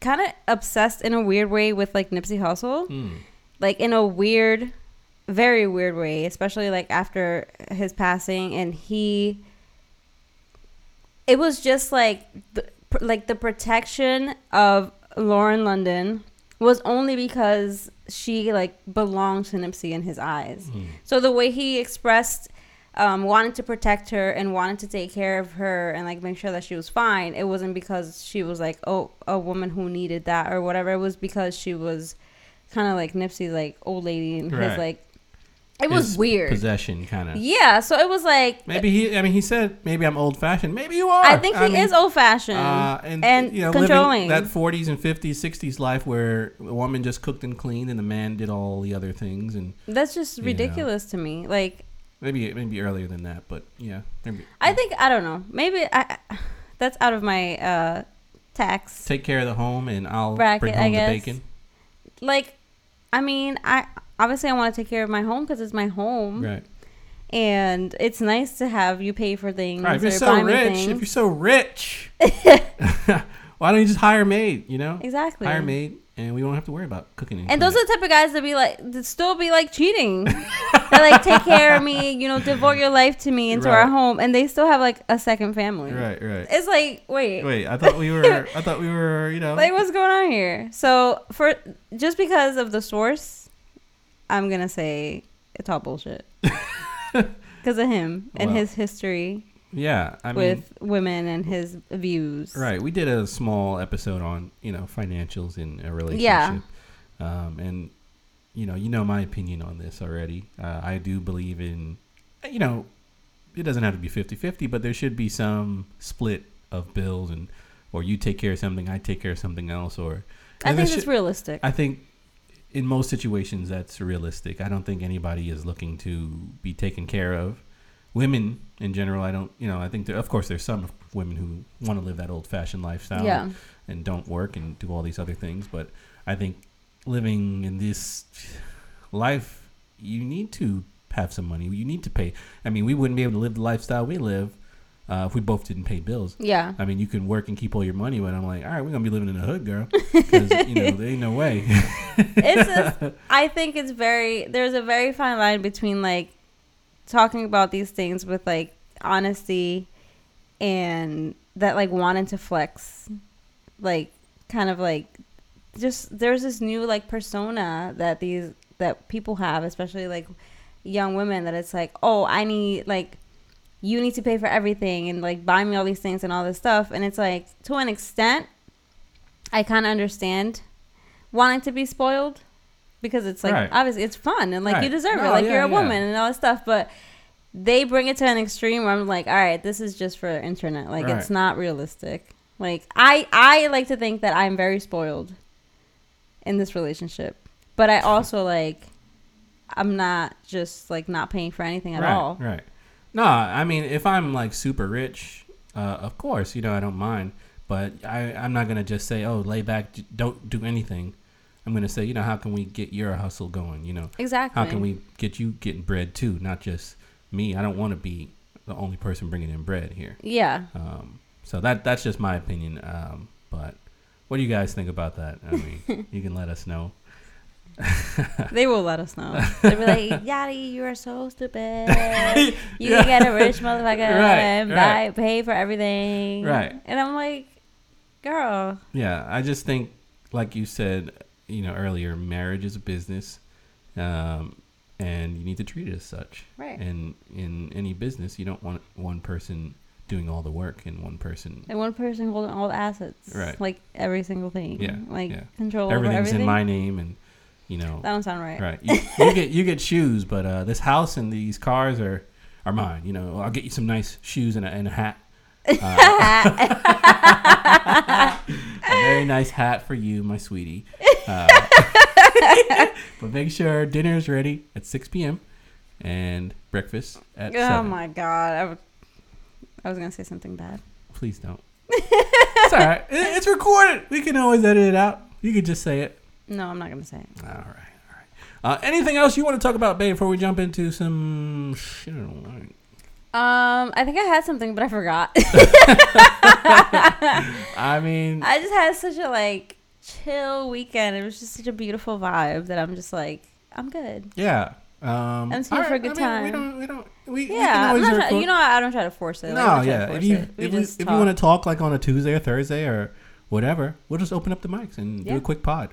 S2: kind of obsessed in a weird way with like Nipsey Hussle,
S1: hmm,
S2: like in a weird, very weird way, especially like after his passing. And he, it was just like, the, like the protection of Lauren London was only because she like belonged to Nipsey in his eyes.
S1: hmm.
S2: So the way he expressed um, wanting to protect her and wanted to take care of her and like make sure that she was fine, it wasn't because she was like oh a woman who needed that or whatever. It was because she was kind of like Nipsey's like old lady and
S1: Right.
S2: his like it was
S1: His
S2: weird.
S1: possession kind of.
S2: yeah, so it was like
S1: Maybe he. I mean, he said maybe I'm old fashioned. Maybe you are.
S2: I think he
S1: mean,
S2: is old fashioned
S1: Uh,
S2: and,
S1: and, you know, living
S2: controlling.
S1: that 40s and 50s, 60s life where a woman just cooked and cleaned, and the man did all the other things, and
S2: That's just
S1: you know.
S2: ridiculous to me. Like
S1: maybe maybe earlier than that, but yeah, maybe,
S2: I think I don't know. Maybe I that's out of my uh tax
S1: take care of the home, and I'll
S2: Bracket,
S1: bring
S2: I
S1: home the
S2: guess.
S1: bacon.
S2: like i mean i obviously i want to take care of my home because it's my home
S1: Right.
S2: and it's nice to have you pay for things
S1: All right. If you're
S2: or
S1: so
S2: buy me
S1: rich, if
S2: things.
S1: you're so
S2: [laughs]
S1: rich, [laughs] why don't you just hire a maid? You know,
S2: exactly
S1: hire a maid, and we won't have to worry about cooking. And,
S2: and those are the type of guys that be like that still be
S1: [laughs]
S2: like cheating that like take care of me you know devote your life to me into
S1: Right.
S2: our home and they still have like a second family
S1: right,
S2: [laughs]
S1: right.
S2: it's like wait
S1: Wait, I thought we were. I thought we were. You know.
S2: like what's going on here so for just because of the source i'm gonna say it's
S1: [laughs]
S2: all bullshit because of him and
S1: Well,
S2: his history
S1: yeah, I mean.
S2: with women and his views
S1: Right. We did a small episode on, you know, financials in a relationship. Um, and, you know, you know my opinion on this already. Uh, I do believe in, you know, it doesn't have to be 50 50, but there should be some split of bills and, or you take care of something, I take care of something else, or,
S2: i
S1: and
S2: think
S1: there
S2: it's
S1: should-
S2: realistic
S1: I think in most situations that's realistic. I don't think anybody is looking to be taken care of. Women in general, I don't, you know, I think there, of course there's some women who want to live that old-fashioned lifestyle
S2: Yeah.
S1: and don't work and do all these other things, but I think living in this life, you need to have some money. You need to pay. I mean, we wouldn't be able to live the lifestyle we live uh, if we both didn't pay bills.
S2: Yeah.
S1: I mean, you can work and keep all your money, but I'm like, all right, we're gonna be living in the hood, girl. 'Cause, you know, there ain't no way.
S2: it's
S1: [laughs]
S2: just, I think it's very there's a very fine line between like talking about these things with like honesty and that like wanting to flex like kind of like just there's this new like persona that these that people have especially like young women that it's like oh I need like you need to pay for everything and like buy me all these things and all this stuff and it's like to an extent I kind of understand wanting to be spoiled because it's like
S1: Right.
S2: obviously it's fun and like you
S1: Right.
S2: deserve it
S1: No,
S2: like
S1: yeah,
S2: you're a
S1: yeah.
S2: woman and all that stuff but they bring it to an extreme where I'm like all right this is just for internet like it's
S1: Right.
S2: not realistic like I I like to think that I'm very spoiled in this relationship but I also like I'm not just like not paying for anything at
S1: right,
S2: all
S1: Right. Nah, I mean, if I'm like super rich, uh, of course, you know, I don't mind. But I, I'm not gonna just say, oh, lay back, j- don't do anything. I'm gonna say, you know, how can we get your hustle going? You know,
S2: exactly
S1: how can we get you getting bread too, not just me? I don't want to be the only person bringing in bread here. [laughs]
S2: yeah
S1: Um, so that that's just my opinion. Um, but what do you guys think about that? I
S2: [laughs]
S1: mean, you can let us know.
S2: They will let
S1: [laughs]
S2: us know. They'll be like, Yadi, you are so stupid.
S1: [laughs]
S2: You
S1: Yeah.
S2: can get a rich motherfucker
S1: Right,
S2: and buy,
S1: right.
S2: pay for everything.
S1: Right.
S2: And I'm like, girl.
S1: Yeah, I just think, like you said, you know, earlier, marriage is a business, um, and you need to treat it as such.
S2: Right.
S1: And in any business, you don't want one person doing all the work and one person.
S2: And one person holding all the assets.
S1: Right.
S2: Like every single thing.
S1: Yeah,
S2: Like
S1: yeah.
S2: control
S1: Everything's
S2: over everything.
S1: in my name, and you know,
S2: that don't sound right. [laughs]
S1: right? You, you get you get shoes, but uh, this house and these cars are are mine. You know, I'll get you some nice shoes and a, and a hat. a very nice hat for you, my
S2: [laughs]
S1: sweetie. Uh, [laughs] but make sure dinner is ready at 6 p.m. and breakfast at
S2: oh
S1: 7.
S2: my God. I, would, I was going to say something bad.
S1: Please
S2: [laughs]
S1: don't. it's all right. It- It's recorded. We can always edit it out. You could just say it.
S2: No, I'm not going to say it.
S1: All right. All right. Uh, anything else you want to talk about, babe, before we jump into some shit?
S2: Um, I think I had something, but I forgot. [laughs]
S1: I mean,
S2: I just had such a like chill weekend. It was just such a beautiful vibe that I'm just like, I'm good.
S1: yeah. Um,
S2: I'm just here
S1: all
S2: for a good
S1: I mean,
S2: time.
S1: We don't. We don't. We,
S2: Yeah,
S1: we
S2: I'm
S1: can always
S2: not try-
S1: record-
S2: you know, I don't try to force it. Like,
S1: No,
S2: I'm not trying to
S1: yeah. If
S2: force
S1: you
S2: it. We
S1: if, you-
S2: just
S1: if you
S2: talk.
S1: want to talk like on a Tuesday or Thursday or whatever, we'll just open up the mics and do
S2: Yeah.
S1: a quick pod.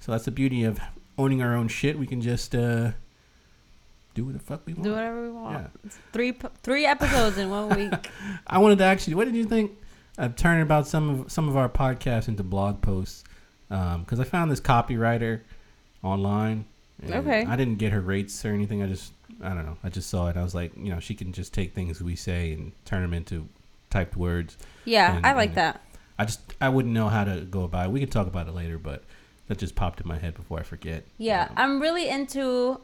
S1: So that's the beauty of owning our own shit. We can just uh, do what the fuck we want.
S2: do whatever we want. It's Three p- three episodes in one
S1: [laughs]
S2: week.
S1: I wanted to ask you, what did you think of turning about some of some of our podcasts into blog posts? Because I found this copywriter online. and
S2: Okay.
S1: I didn't get her rates or anything. I just, I don't know. I just saw it. I was like, you know, she can just take things we say and turn them into typed words.
S2: Yeah,
S1: And-
S2: I like
S1: and-
S2: that.
S1: I just I wouldn't know how to go about it. We can talk about it later, but that just popped in my head before I forget.
S2: Yeah,
S1: Um,
S2: I'm really into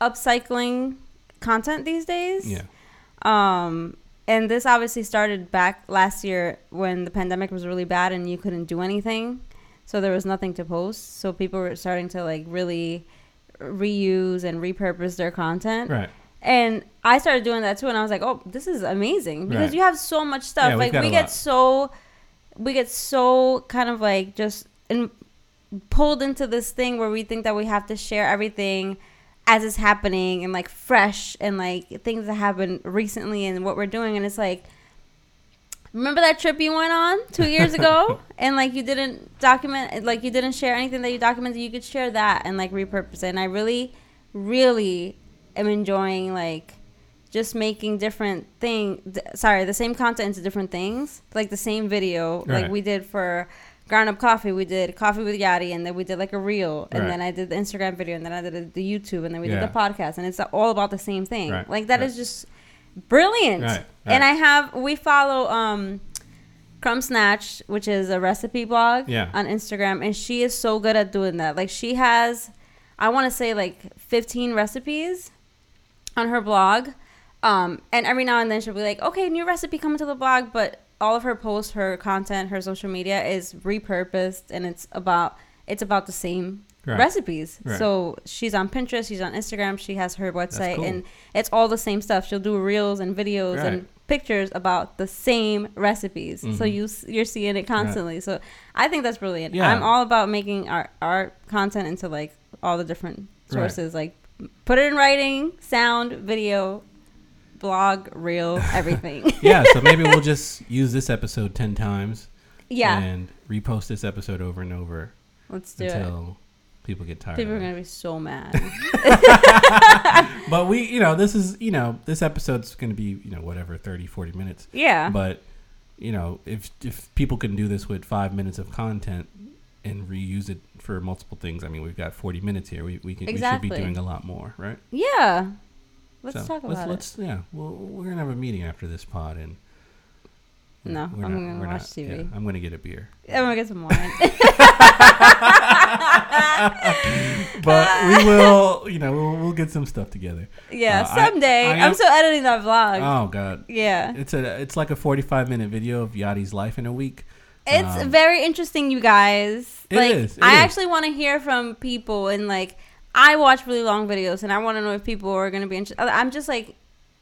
S2: upcycling content these days.
S1: yeah,
S2: Um, and this obviously started back last year when the pandemic was really bad and you couldn't do anything. So there was nothing to post. So people were starting to like really reuse and repurpose their content.
S1: right.
S2: And I started doing that too. And I was like, oh, this is amazing because
S1: Right.
S2: you have so much stuff.
S1: Yeah, we've
S2: like
S1: got
S2: we
S1: a
S2: get
S1: lot.
S2: so, we get so kind of like just in, pulled into this thing where we think that we have to share everything as it's happening and like fresh and like things that happened recently and what we're doing. And it's like, remember that trip you went on two
S1: [laughs]
S2: years ago and like you didn't document, like you didn't share anything that you documented. You could share that and like repurpose it. And I really, really am enjoying like just making different thing th- sorry the same content into different things like the same video like
S1: Right.
S2: we did for ground up coffee we did coffee with yadi and then we did like a reel and
S1: Right.
S2: then i did the instagram video and then i did the- the youtube and then we did
S1: Yeah.
S2: the podcast and it's all about the same thing
S1: Right,
S2: like that
S1: right.
S2: is just brilliant
S1: Right,
S2: and
S1: right.
S2: i have we follow um crumb snatch which is a recipe blog
S1: Yeah.
S2: on instagram and she is so good at doing that like she has I want to say like 15 recipes on her blog. Um, and every now and then she'll be like, okay, new recipe coming to the blog. But all of her posts, her content, her social media is repurposed and it's about it's about the same
S1: Right.
S2: recipes.
S1: Right.
S2: So she's on Pinterest, she's on Instagram, she has her website
S1: cool.
S2: and it's all the same stuff. She'll do reels and videos and pictures about the same recipes.
S1: Mm-hmm.
S2: So you s- you're seeing it constantly. So I think that's brilliant.
S1: Yeah.
S2: I'm all about making our our content into like all the different
S1: Right.
S2: sources like put it in writing, sound, video, blog,
S1: [laughs]
S2: reel, everything. [laughs]
S1: yeah, so maybe we'll just use this episode 10 times
S2: yeah.
S1: and repost this episode over and over
S2: Let's do it.
S1: until people get tired.
S2: People
S1: of
S2: are
S1: it.
S2: gonna be so
S1: [laughs]
S2: mad.
S1: But we, you know, this is, you know, this episode's going to be, you know, whatever 30 40 minutes.
S2: yeah.
S1: But, you know, if if people can do this with 5 minutes of content and reuse it for multiple things. I mean, we've got 40 minutes here. We we, can, we should
S2: Exactly.
S1: be doing a lot more, right?
S2: Yeah. Let's
S1: So,
S2: talk about
S1: let's, let's, Yeah, well, we're gonna have a meeting after this pod, and
S2: No,
S1: we're
S2: I'm
S1: not-
S2: gonna
S1: we're
S2: watch
S1: not-
S2: TV.
S1: yeah, I'm gonna get a
S2: [laughs]
S1: beer.
S2: it. I'm gonna get some wine. [laughs]
S1: But we will, you know, we'll, we'll get some stuff together.
S2: yeah,
S1: Uh, I-
S2: someday.
S1: I
S2: I,
S1: am-
S2: am still editing that vlog.
S1: Oh God,
S2: yeah.
S1: it's a it's like a 45 minute video of Yachty's life in a week.
S2: It's
S1: um,
S2: very interesting, you guys.
S1: It
S2: like
S1: is, it
S2: I
S1: is.
S2: actually want to hear from people and like I watch really long videos and I want to know if people are gonna be interested. I'm just like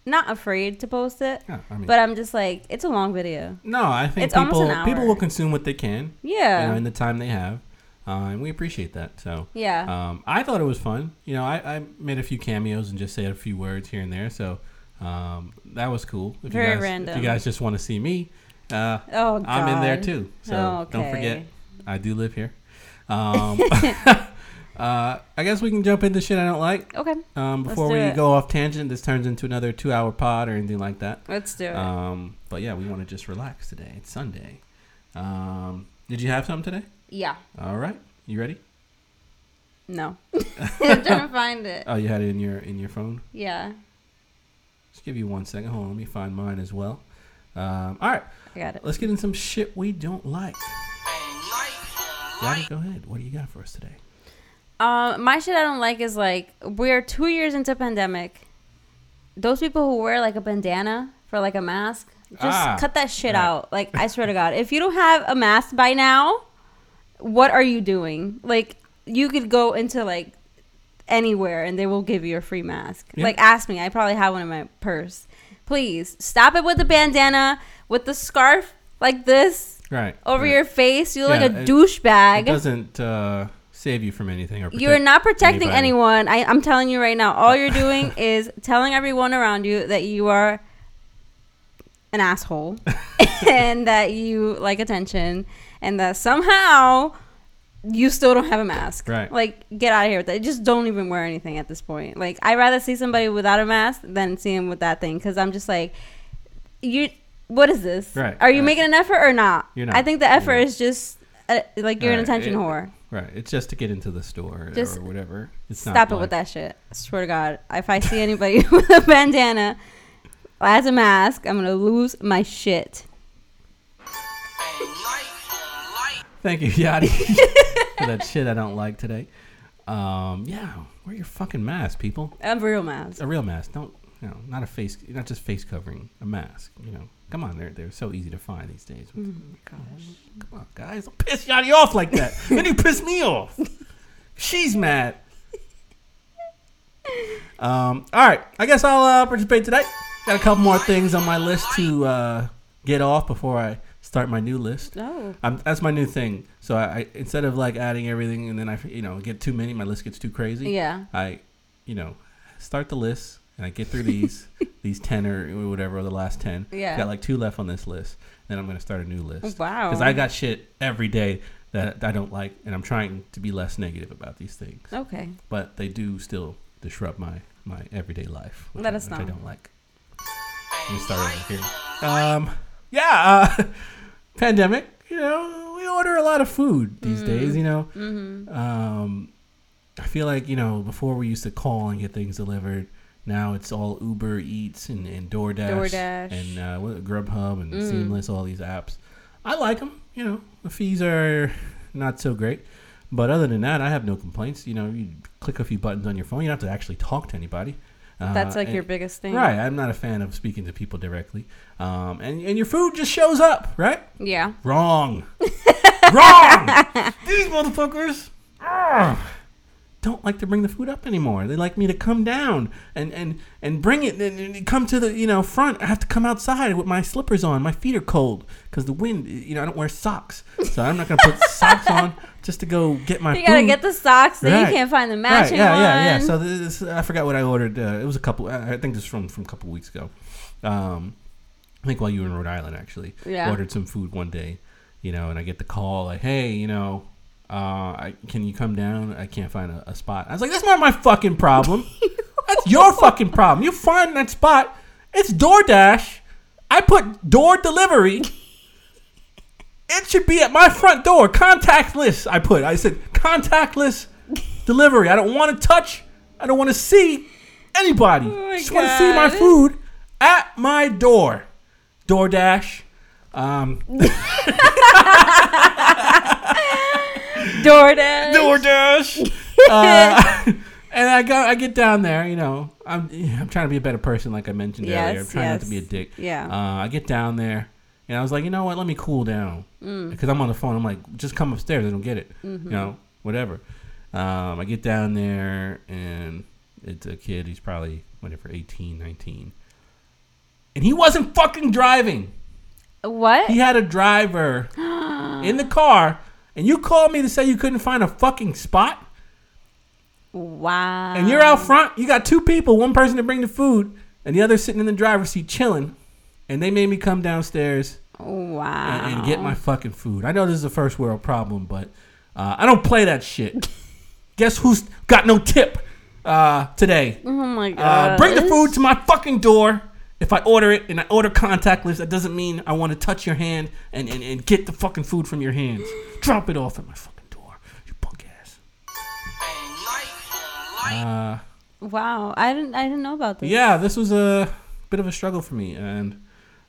S2: not afraid to post it,
S1: Yeah, I mean,
S2: but I'm just like it's a long video.
S1: no, I think
S2: it's almost
S1: people
S2: an
S1: people
S2: hour.
S1: will consume what they can, you know,
S2: Yeah.
S1: in the time they have, uh, and we appreciate that. So.
S2: Yeah.
S1: Um, I thought it was fun. You know, I, I made a few cameos and just said a few words here and there, so um, that was cool. If
S2: Very
S1: you guys, If
S2: random.
S1: you guys just want to see me, uh,
S2: oh god.
S1: I'm in there too. So don't forget,
S2: Okay.
S1: I do live here.
S2: [laughs]
S1: Um, [laughs] uh, I guess we can jump into shit I don't like
S2: Okay.
S1: um,
S2: Let's
S1: before
S2: do
S1: we
S2: it.
S1: go off tangent. This turns into another two-hour pod or anything like that.
S2: Let's do it.
S1: Um, but yeah, we want to just relax today. It's Sunday. Um, did you have some today?
S2: yeah.
S1: All right, you ready? [laughs]
S2: No. [laughs] I'm trying to find it.
S1: Oh, you had it in your in your phone.
S2: Yeah.
S1: Just give you one second. Hold on, let me find mine as well. Um, all right,
S2: I got it.
S1: let's get in some shit we don't like. Daddy, go ahead. What do you got for us today?
S2: Um, my shit I don't like is like we're two years into pandemic. Those people who wear like a bandana for like a mask, just
S1: Ah,
S2: cut that shit
S1: right.
S2: out. Like I swear to God, if you don't have a mask by now, what are you doing? Like you could go into like anywhere and they will give you a free mask.
S1: Yeah.
S2: Like ask me, I probably have one in my purse. Please stop it with the bandana, with the scarf like this
S1: Right
S2: over
S1: right.
S2: your face. You look
S1: Yeah,
S2: like a
S1: it-
S2: douchebag
S1: It doesn't uh, save you from anything or protect
S2: you're not protecting
S1: anybody.
S2: anyone. I, I'm telling you right now. All you're
S1: [laughs]
S2: doing is telling everyone around you that you are
S1: [laughs]
S2: an asshole and that you like attention and that somehow you still don't have a mask.
S1: Right.
S2: Like, get out of here with that. Just don't even wear anything at this point. Like, I'd rather see somebody without a mask than see him with that thing because I'm just like, you. What is this?
S1: Right,
S2: Are you
S1: right.
S2: making an effort or not?
S1: You're not.
S2: I think the
S1: You're
S2: effort
S1: not.
S2: is just uh, like you're an
S1: Right,
S2: attention
S1: it-
S2: whore.
S1: Right. It's just to get into the store
S2: Just
S1: or whatever. It's
S2: Stop it with that shit. I swear to God. If I see anybody [laughs] with a bandana as a mask, I'm going to lose my shit.
S1: Thank you, Yachty, [laughs] for that shit I don't like today. Um, yeah, wear your fucking mask, people.
S2: A real mask.
S1: A real mask. Don't you know? Not a face. Not just face covering. A mask. You know. Come on, they're they're so easy to find these days. Come on, guys. Don't piss Yachty off like
S2: [laughs]
S1: that. then you piss me off. She's mad. Um, all right. I guess I'll uh, participate today. Got a couple more things on my list to uh, get off before I start my new list.
S2: Oh.
S1: I'm, that's my new thing. So I, I instead of like adding everything and then I you know get too many, my list gets too crazy.
S2: Yeah.
S1: I, you know, start the list and I get through
S2: [laughs]
S1: these these ten or whatever or the last ten.
S2: Yeah.
S1: Got like two left on this list. Then I'm gonna start a new list.
S2: Wow.
S1: Because I got shit every day that I don't like, and I'm trying to be less negative about these things.
S2: Okay.
S1: But they do still disrupt my my everyday life. which
S2: Let
S1: I-
S2: us
S1: which I
S2: know.
S1: don't like. Let me start over here. Um, yeah, uh, [laughs] pandemic. You know, we order a lot of food these
S2: Mm.
S1: days. You know,
S2: Mm-hmm.
S1: um, I feel like you know before we used to call and get things delivered. Now it's all Uber Eats and, and DoorDash,
S2: DoorDash.
S1: and uh, what- Grubhub and
S2: Mm.
S1: Seamless, all these apps. I like them. You know, the fees are not so great, But other than that, I have no complaints. You know, you click a few buttons on your phone. You don't have to actually talk to anybody. Uh,
S2: That's like
S1: and-
S2: your biggest thing.
S1: Right. I'm not a fan of speaking to people directly. Um, and, and your food just shows up, right?
S2: Yeah.
S1: Wrong. [laughs] Wrong. These motherfuckers ah, don't like to bring the food up anymore. They like me to come down and and and bring it and, and come to the you know front. I have to come outside with my slippers on. My feet are cold because the wind. You know I don't wear socks, so I'm not gonna put [laughs] socks on just to go get my.
S2: You gotta
S1: food.
S2: get the socks that
S1: Right.
S2: you can't find the
S1: Right,
S2: matching
S1: yeah, yeah, yeah.
S2: one.
S1: So this, I forgot what I ordered. Uh, it was a couple. I I think this is from from a couple weeks ago. Um, I think while you were in Rhode Island, actually,
S2: Yeah.
S1: ordered some food one day. You know, and I get the call like, "Hey, you know, uh, I, can you come down? I can't find a, a spot." I was like, "That's not my fucking
S2: [laughs]
S1: problem. That's your fucking problem. You find that spot. It's DoorDash. I put door delivery." It should be at my front door. Contactless. I put. I said
S2: [laughs]
S1: contactless delivery. I don't want to touch. I don't want to see anybody.
S2: Oh my
S1: Just want to see my
S2: God.
S1: food at my door. DoorDash. Um,
S2: DoorDash.
S1: DoorDash.
S2: [laughs]
S1: uh, [laughs] and I go. I get down there. You know, I'm. I'm trying to be a better person, like I mentioned
S2: Yes,
S1: earlier. I'm trying not to
S2: yes.
S1: be a dick.
S2: Yeah.
S1: Uh, I get down there, and I was like, you know what? Let me cool down
S2: Mm.
S1: because I'm on the phone. I'm like, just come upstairs. I don't get it.
S2: Mm-hmm.
S1: You know, whatever. Um, I get down there, and it's a kid. He's probably whatever, 18, 19. And he wasn't fucking driving.
S2: What?
S1: He had a
S2: [gasps]
S1: driver in the car, and you called me to say you couldn't find a fucking spot,
S2: Wow.
S1: and you're out front. You got two people, one person to bring the food, and the other sitting in the driver's seat chilling. And they made me come downstairs
S2: Wow.
S1: and, and get my fucking food. I know this is a first world problem, but uh, I don't play that shit. Guess who's got no tip uh, today?
S2: Oh my god.
S1: Uh, bring the food to my fucking door. If I order it and I order contactless, that doesn't mean I want to touch your hand and, and, and get the fucking food from your hands. Drop it off at my fucking door, you punk ass. Uh,
S2: Wow. I didn't. I didn't know about this.
S1: yeah, this was a bit of a struggle for me, and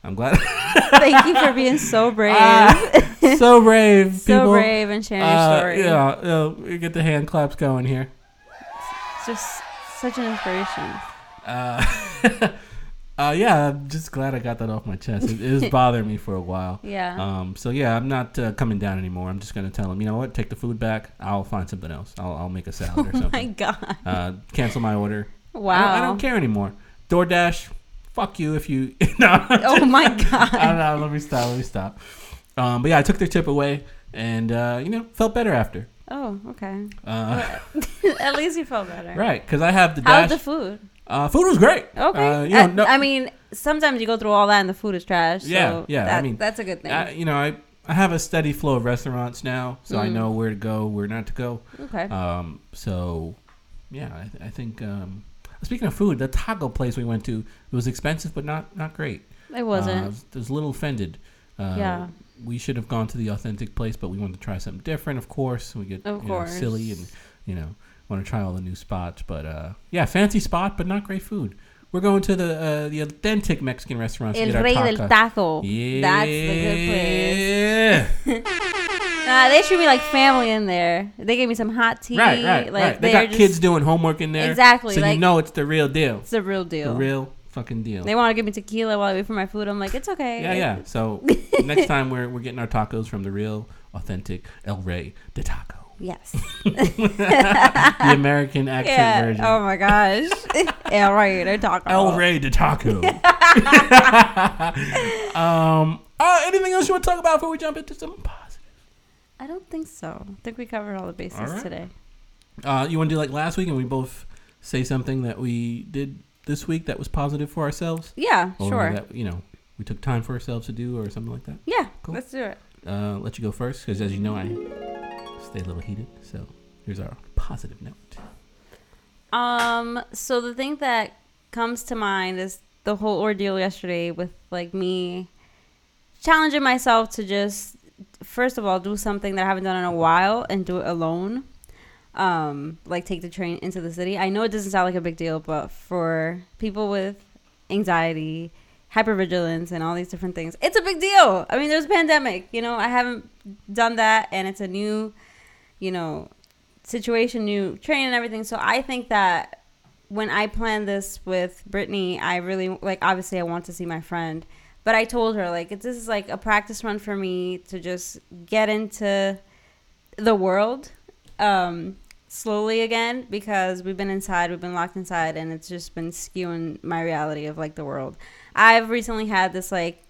S1: I'm
S2: [laughs]
S1: glad.
S2: Thank you for
S1: [laughs]
S2: being so brave.
S1: so brave,
S2: so
S1: people.
S2: brave and sharing your
S1: Uh,
S2: story.
S1: Yeah, uh, we get the hand claps going here.
S2: It's just such an inspiration.
S1: Uh, [laughs] uh, yeah, I'm just glad I got that off my chest. It, it
S2: [laughs]
S1: was bothering me for a while.
S2: Yeah.
S1: Um, so yeah, I'm not uh, coming down anymore. I'm just gonna tell him, you know what? Take the food back. I'll find something else. I'll, I'll make a salad or
S2: [laughs] oh [laughs] my
S1: something.
S2: god.
S1: Uh, cancel my order. I don't,
S2: Wow.
S1: I don't care anymore. DoorDash, fuck you if you. [laughs] no.
S2: [laughs]
S1: [laughs]
S2: Oh my
S1: I
S2: god.
S1: don't know. Let me stop. Let me stop. Um, but yeah, I took their tip away, and uh, you know, felt better after.
S2: Oh, okay.
S1: Uh,
S2: [laughs] At least you felt better.
S1: right, because I have the dash.
S2: How's the food?
S1: uh, food was great.
S2: Okay.
S1: Uh, you know,
S2: I,
S1: no,
S2: I mean, sometimes you go through all that and the food is trash.
S1: Yeah,
S2: So
S1: yeah, I
S2: That,
S1: mean, uh,
S2: that's a good thing.
S1: I, you know, I I have a steady flow of restaurants now, so I
S2: Mm.
S1: know where to go, where not to go.
S2: okay.
S1: Um, so, yeah, I, th- I think. Um, speaking of food, the taco place we went to it was expensive, but not not great.
S2: it
S1: Uh, I
S2: wasn't.
S1: was, I was a little offended. Uh,
S2: Yeah.
S1: We should have gone to the authentic place, but we wanted to try something different. Of course, we get
S2: Of
S1: you know, silly
S2: course.
S1: and you know want to try all the new spots. But uh, yeah, fancy spot, but not great food. We're going to the uh, the authentic Mexican restaurant. to
S2: El
S1: get our
S2: Rey del
S1: tacos.
S2: Taco.
S1: Yeah.
S2: That's the good place.
S1: Yeah.
S2: Nah, they should be like family in there. They gave me some hot tea.
S1: right, right,
S2: like
S1: right. They
S2: are
S1: got
S2: just,
S1: kids doing homework in there.
S2: Exactly,
S1: So you
S2: like-
S1: know it's the real deal.
S2: It's the real deal.
S1: The real fucking deal.
S2: They want to give me tequila while I wait for my food. I'm like, it's okay.
S1: yeah, yeah. So
S2: [laughs]
S1: next time we're we're getting our tacos from the real, authentic El Rey de Taco,
S2: Yes.
S1: the American [laughs] accent
S2: yeah.
S1: version.
S2: Oh my
S1: [laughs]
S2: gosh. El Rey del Taco.
S1: El Rey de [laughs] Taco. um. Uh, anything else you want to talk about before we jump into some positive?
S2: I don't think so. I think we covered all the bases
S1: All right.
S2: today.
S1: Uh, you want to do like last week, and we both say something that we did this week that was positive for ourselves.
S2: Yeah,
S1: or
S2: sure.
S1: that you know we took time for ourselves to do or something like that
S2: Yeah,
S1: Cool.
S2: let's do it.
S1: uh, let you go first because as you know i stay a little heated so here's our positive note
S2: Um, so the thing that comes to mind is the whole ordeal yesterday with like me challenging myself to just first of all do something that I haven't done in a while and do it alone. Um, like take the train into the city. I know it doesn't sound like a big deal, but for people with anxiety, hypervigilance and all these different things, it's a big deal. I mean, there's a pandemic, you know, I haven't done that and it's a new you know, situation, new training, and everything. So I think that when I planned this with Brittany, I really like. Obviously, I want to see my friend, but I told her like this is like a practice run for me to just get into the world um, slowly again because we've been inside, we've been locked inside, and it's just been skewing my reality of like the world. I've recently had this like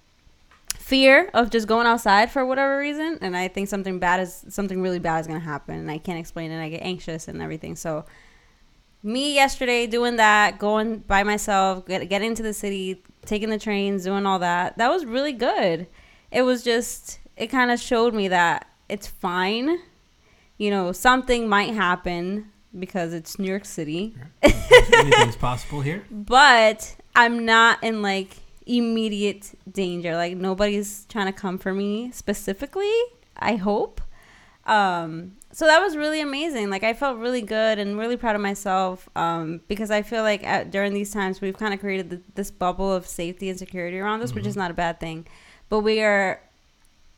S2: fear of just going outside for whatever reason, and I think something bad is something really bad is gonna happen, and I can't explain it. I get anxious and everything, so. Me yesterday doing that, going by myself, get, getting into the city, taking the trains, doing all that. That was really good. It was just, it kind of showed me that it's fine you know, something might happen because it's New York City.
S1: Anything's possible here.
S2: But I'm not in like immediate danger. Like nobody's trying to come for me specifically, I hope. Um so that was really amazing. Like I felt really good and really proud of myself um, because I feel like at, during these times we've kind of created the, this bubble of safety and security around us, which is not a bad thing. But we are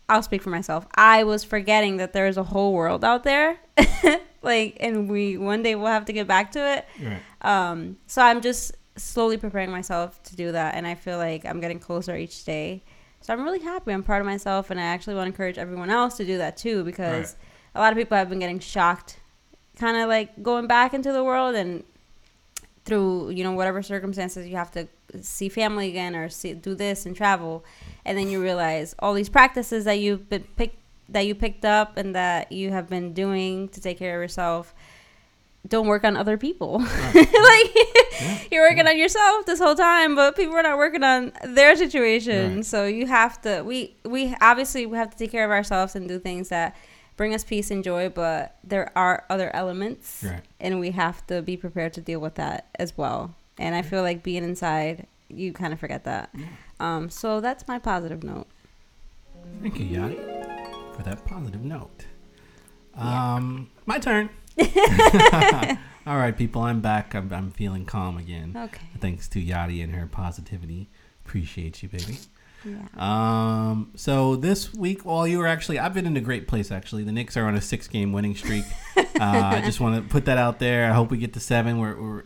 S2: I'll speak for myself. I was forgetting that there is a whole world out there. [laughs] like and we one day we'll have to get back to it.
S1: Right.
S2: Um so I'm just slowly preparing myself to do that and I feel like I'm getting closer each day. So I'm really happy. I'm proud of myself and I actually want to encourage everyone else to do that too because a lot of people have been getting shocked kind of like going back into the world and through you know whatever circumstances you have to see family again or see, do this and travel and then you realize all these practices that you've been picked that you picked up and that you have been doing to take care of yourself don't work on other people [laughs] like
S1: Yeah.
S2: [laughs] you're working on yourself this whole time but people are not working on their situation
S1: Right.
S2: so you have to we we obviously we have to take care of ourselves and do things that bring us peace and joy but there are other elements
S1: Right.
S2: and we have to be prepared to deal with that as well and i feel like being inside you kind of forget that um so that's my positive note
S1: Thank you, Yanni, for that positive note. Um, my turn. [laughs] All right, people, I'm back. I'm, I'm feeling calm again.
S2: okay
S1: Thanks to Yadi and her positivity. Appreciate you, baby.
S2: yeah
S1: Um, so this week, while you were actually, I've been in a great place actually. The Knicks are on a six-game winning streak. uh, I just want to put that out there. I hope we get to seven. We're, we're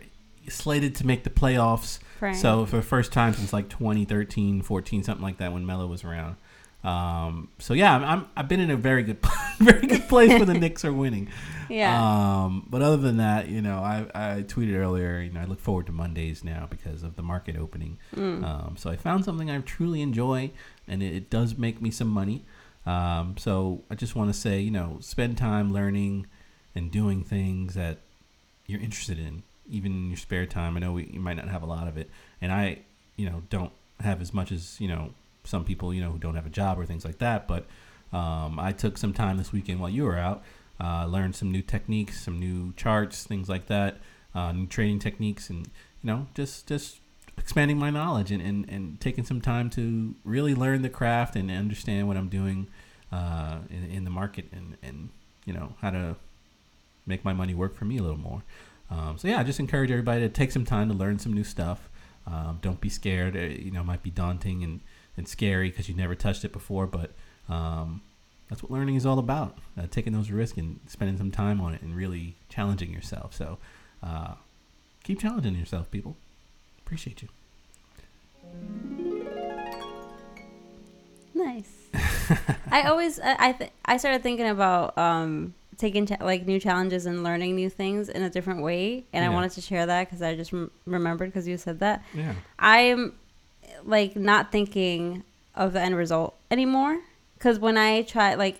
S1: slated to make the playoffs.
S2: Right.
S1: So for the first time since like 2013, 14, something like that, when Melo was around. Um, so yeah, I'm, I'm I've been in a very good, [laughs] very good place where the Knicks are winning.
S2: yeah
S1: Um, but other than that, you know, I, I tweeted earlier, you know, I look forward to Mondays now because of the market opening. Um, so I found something I truly enjoy and it, it does make me some money. Um, so I just want to say, you know, spend time learning and doing things that you're interested in, even in your spare time. I know we, you might not have a lot of it. And I, you know, don't have as much as, you know, some people, you know, who don't have a job or things like that. But um, I took some time this weekend while you were out, uh, learned some new techniques, some new charts, things like that, uh, new trading techniques, and, you know, just, just, expanding my knowledge and, and, and taking some time to really learn the craft and understand what I'm doing uh, in, in the market and, and you know how to make my money work for me a little more. Um, so yeah, I just encourage everybody to take some time to learn some new stuff. Um, don't be scared. Uh, You know, it might be daunting and and scary because you never touched it before, but um, that's what learning is all about: uh, taking those risks and spending some time on it and really challenging yourself. So uh, keep challenging yourself, people. Appreciate you. [laughs]
S2: nice i always i I, th- I started thinking about um taking cha- like new challenges and learning new things in a different way and i
S1: Yeah.
S2: wanted to share that because i just rem- remembered because you said that
S1: Yeah.
S2: I'm like not thinking of the end result anymore because when I try like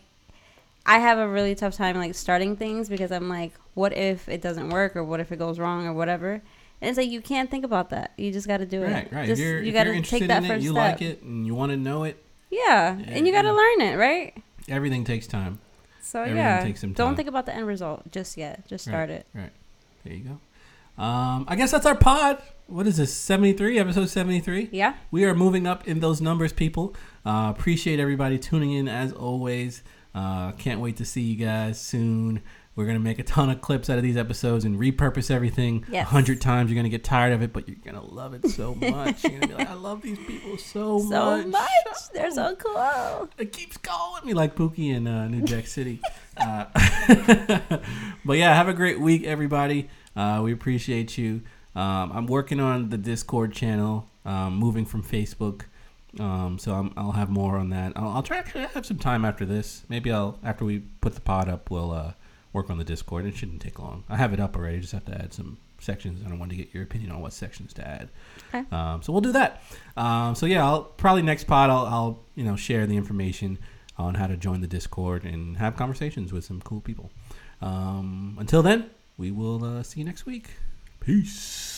S2: I have a really tough time like starting things because I'm like what if it doesn't work or what if it goes wrong or whatever and it's like you can't think about that you just got to do
S1: Right.
S2: it
S1: Right.
S2: Just-
S1: if you're,
S2: you
S1: if
S2: got
S1: you're
S2: to
S1: interested
S2: take that
S1: in it,
S2: first
S1: you
S2: step
S1: like it, and you want to know it.
S2: yeah
S1: Yeah,
S2: and you got to
S1: yeah.
S2: learn it right
S1: Everything takes time.
S2: so
S1: Everything
S2: yeah
S1: takes some time.
S2: don't think about the end result just yet just
S1: Right.
S2: start it
S1: Right. There you go. Um, I guess that's our pod. What is this? 73, episode 73?
S2: yeah
S1: We are moving up in those numbers, people. Uh, appreciate everybody tuning in as always. Uh, can't wait to see you guys soon. We're going to make a ton of clips out of these episodes and repurpose everything a
S2: Yes.
S1: hundred times. You're going to get tired of it, but you're going to love it so much. You're going to be like, I love these people so,
S2: so much they're so cool
S1: it keeps calling me like Pookie in uh, New Jack City. Uh, Uh, [laughs] but yeah, have a great week, everybody. Uh, we appreciate you. Um, I'm working on the Discord channel, um, moving from Facebook. Um, so I'm, I'll have more on that. I'll, I'll try actually have some time after this. Maybe I'll after we put the pod up, we'll uh, work on the Discord. It shouldn't take long. I have it up already. Just have to add some sections. I don't want to get your opinion on what sections to add.
S2: Okay.
S1: Um, so we'll do that. Um, so yeah, I'll probably next pod I'll, I'll you know share the information on how to join the Discord and have conversations with some cool people. Um, until then, we will uh, see you next week. Peace.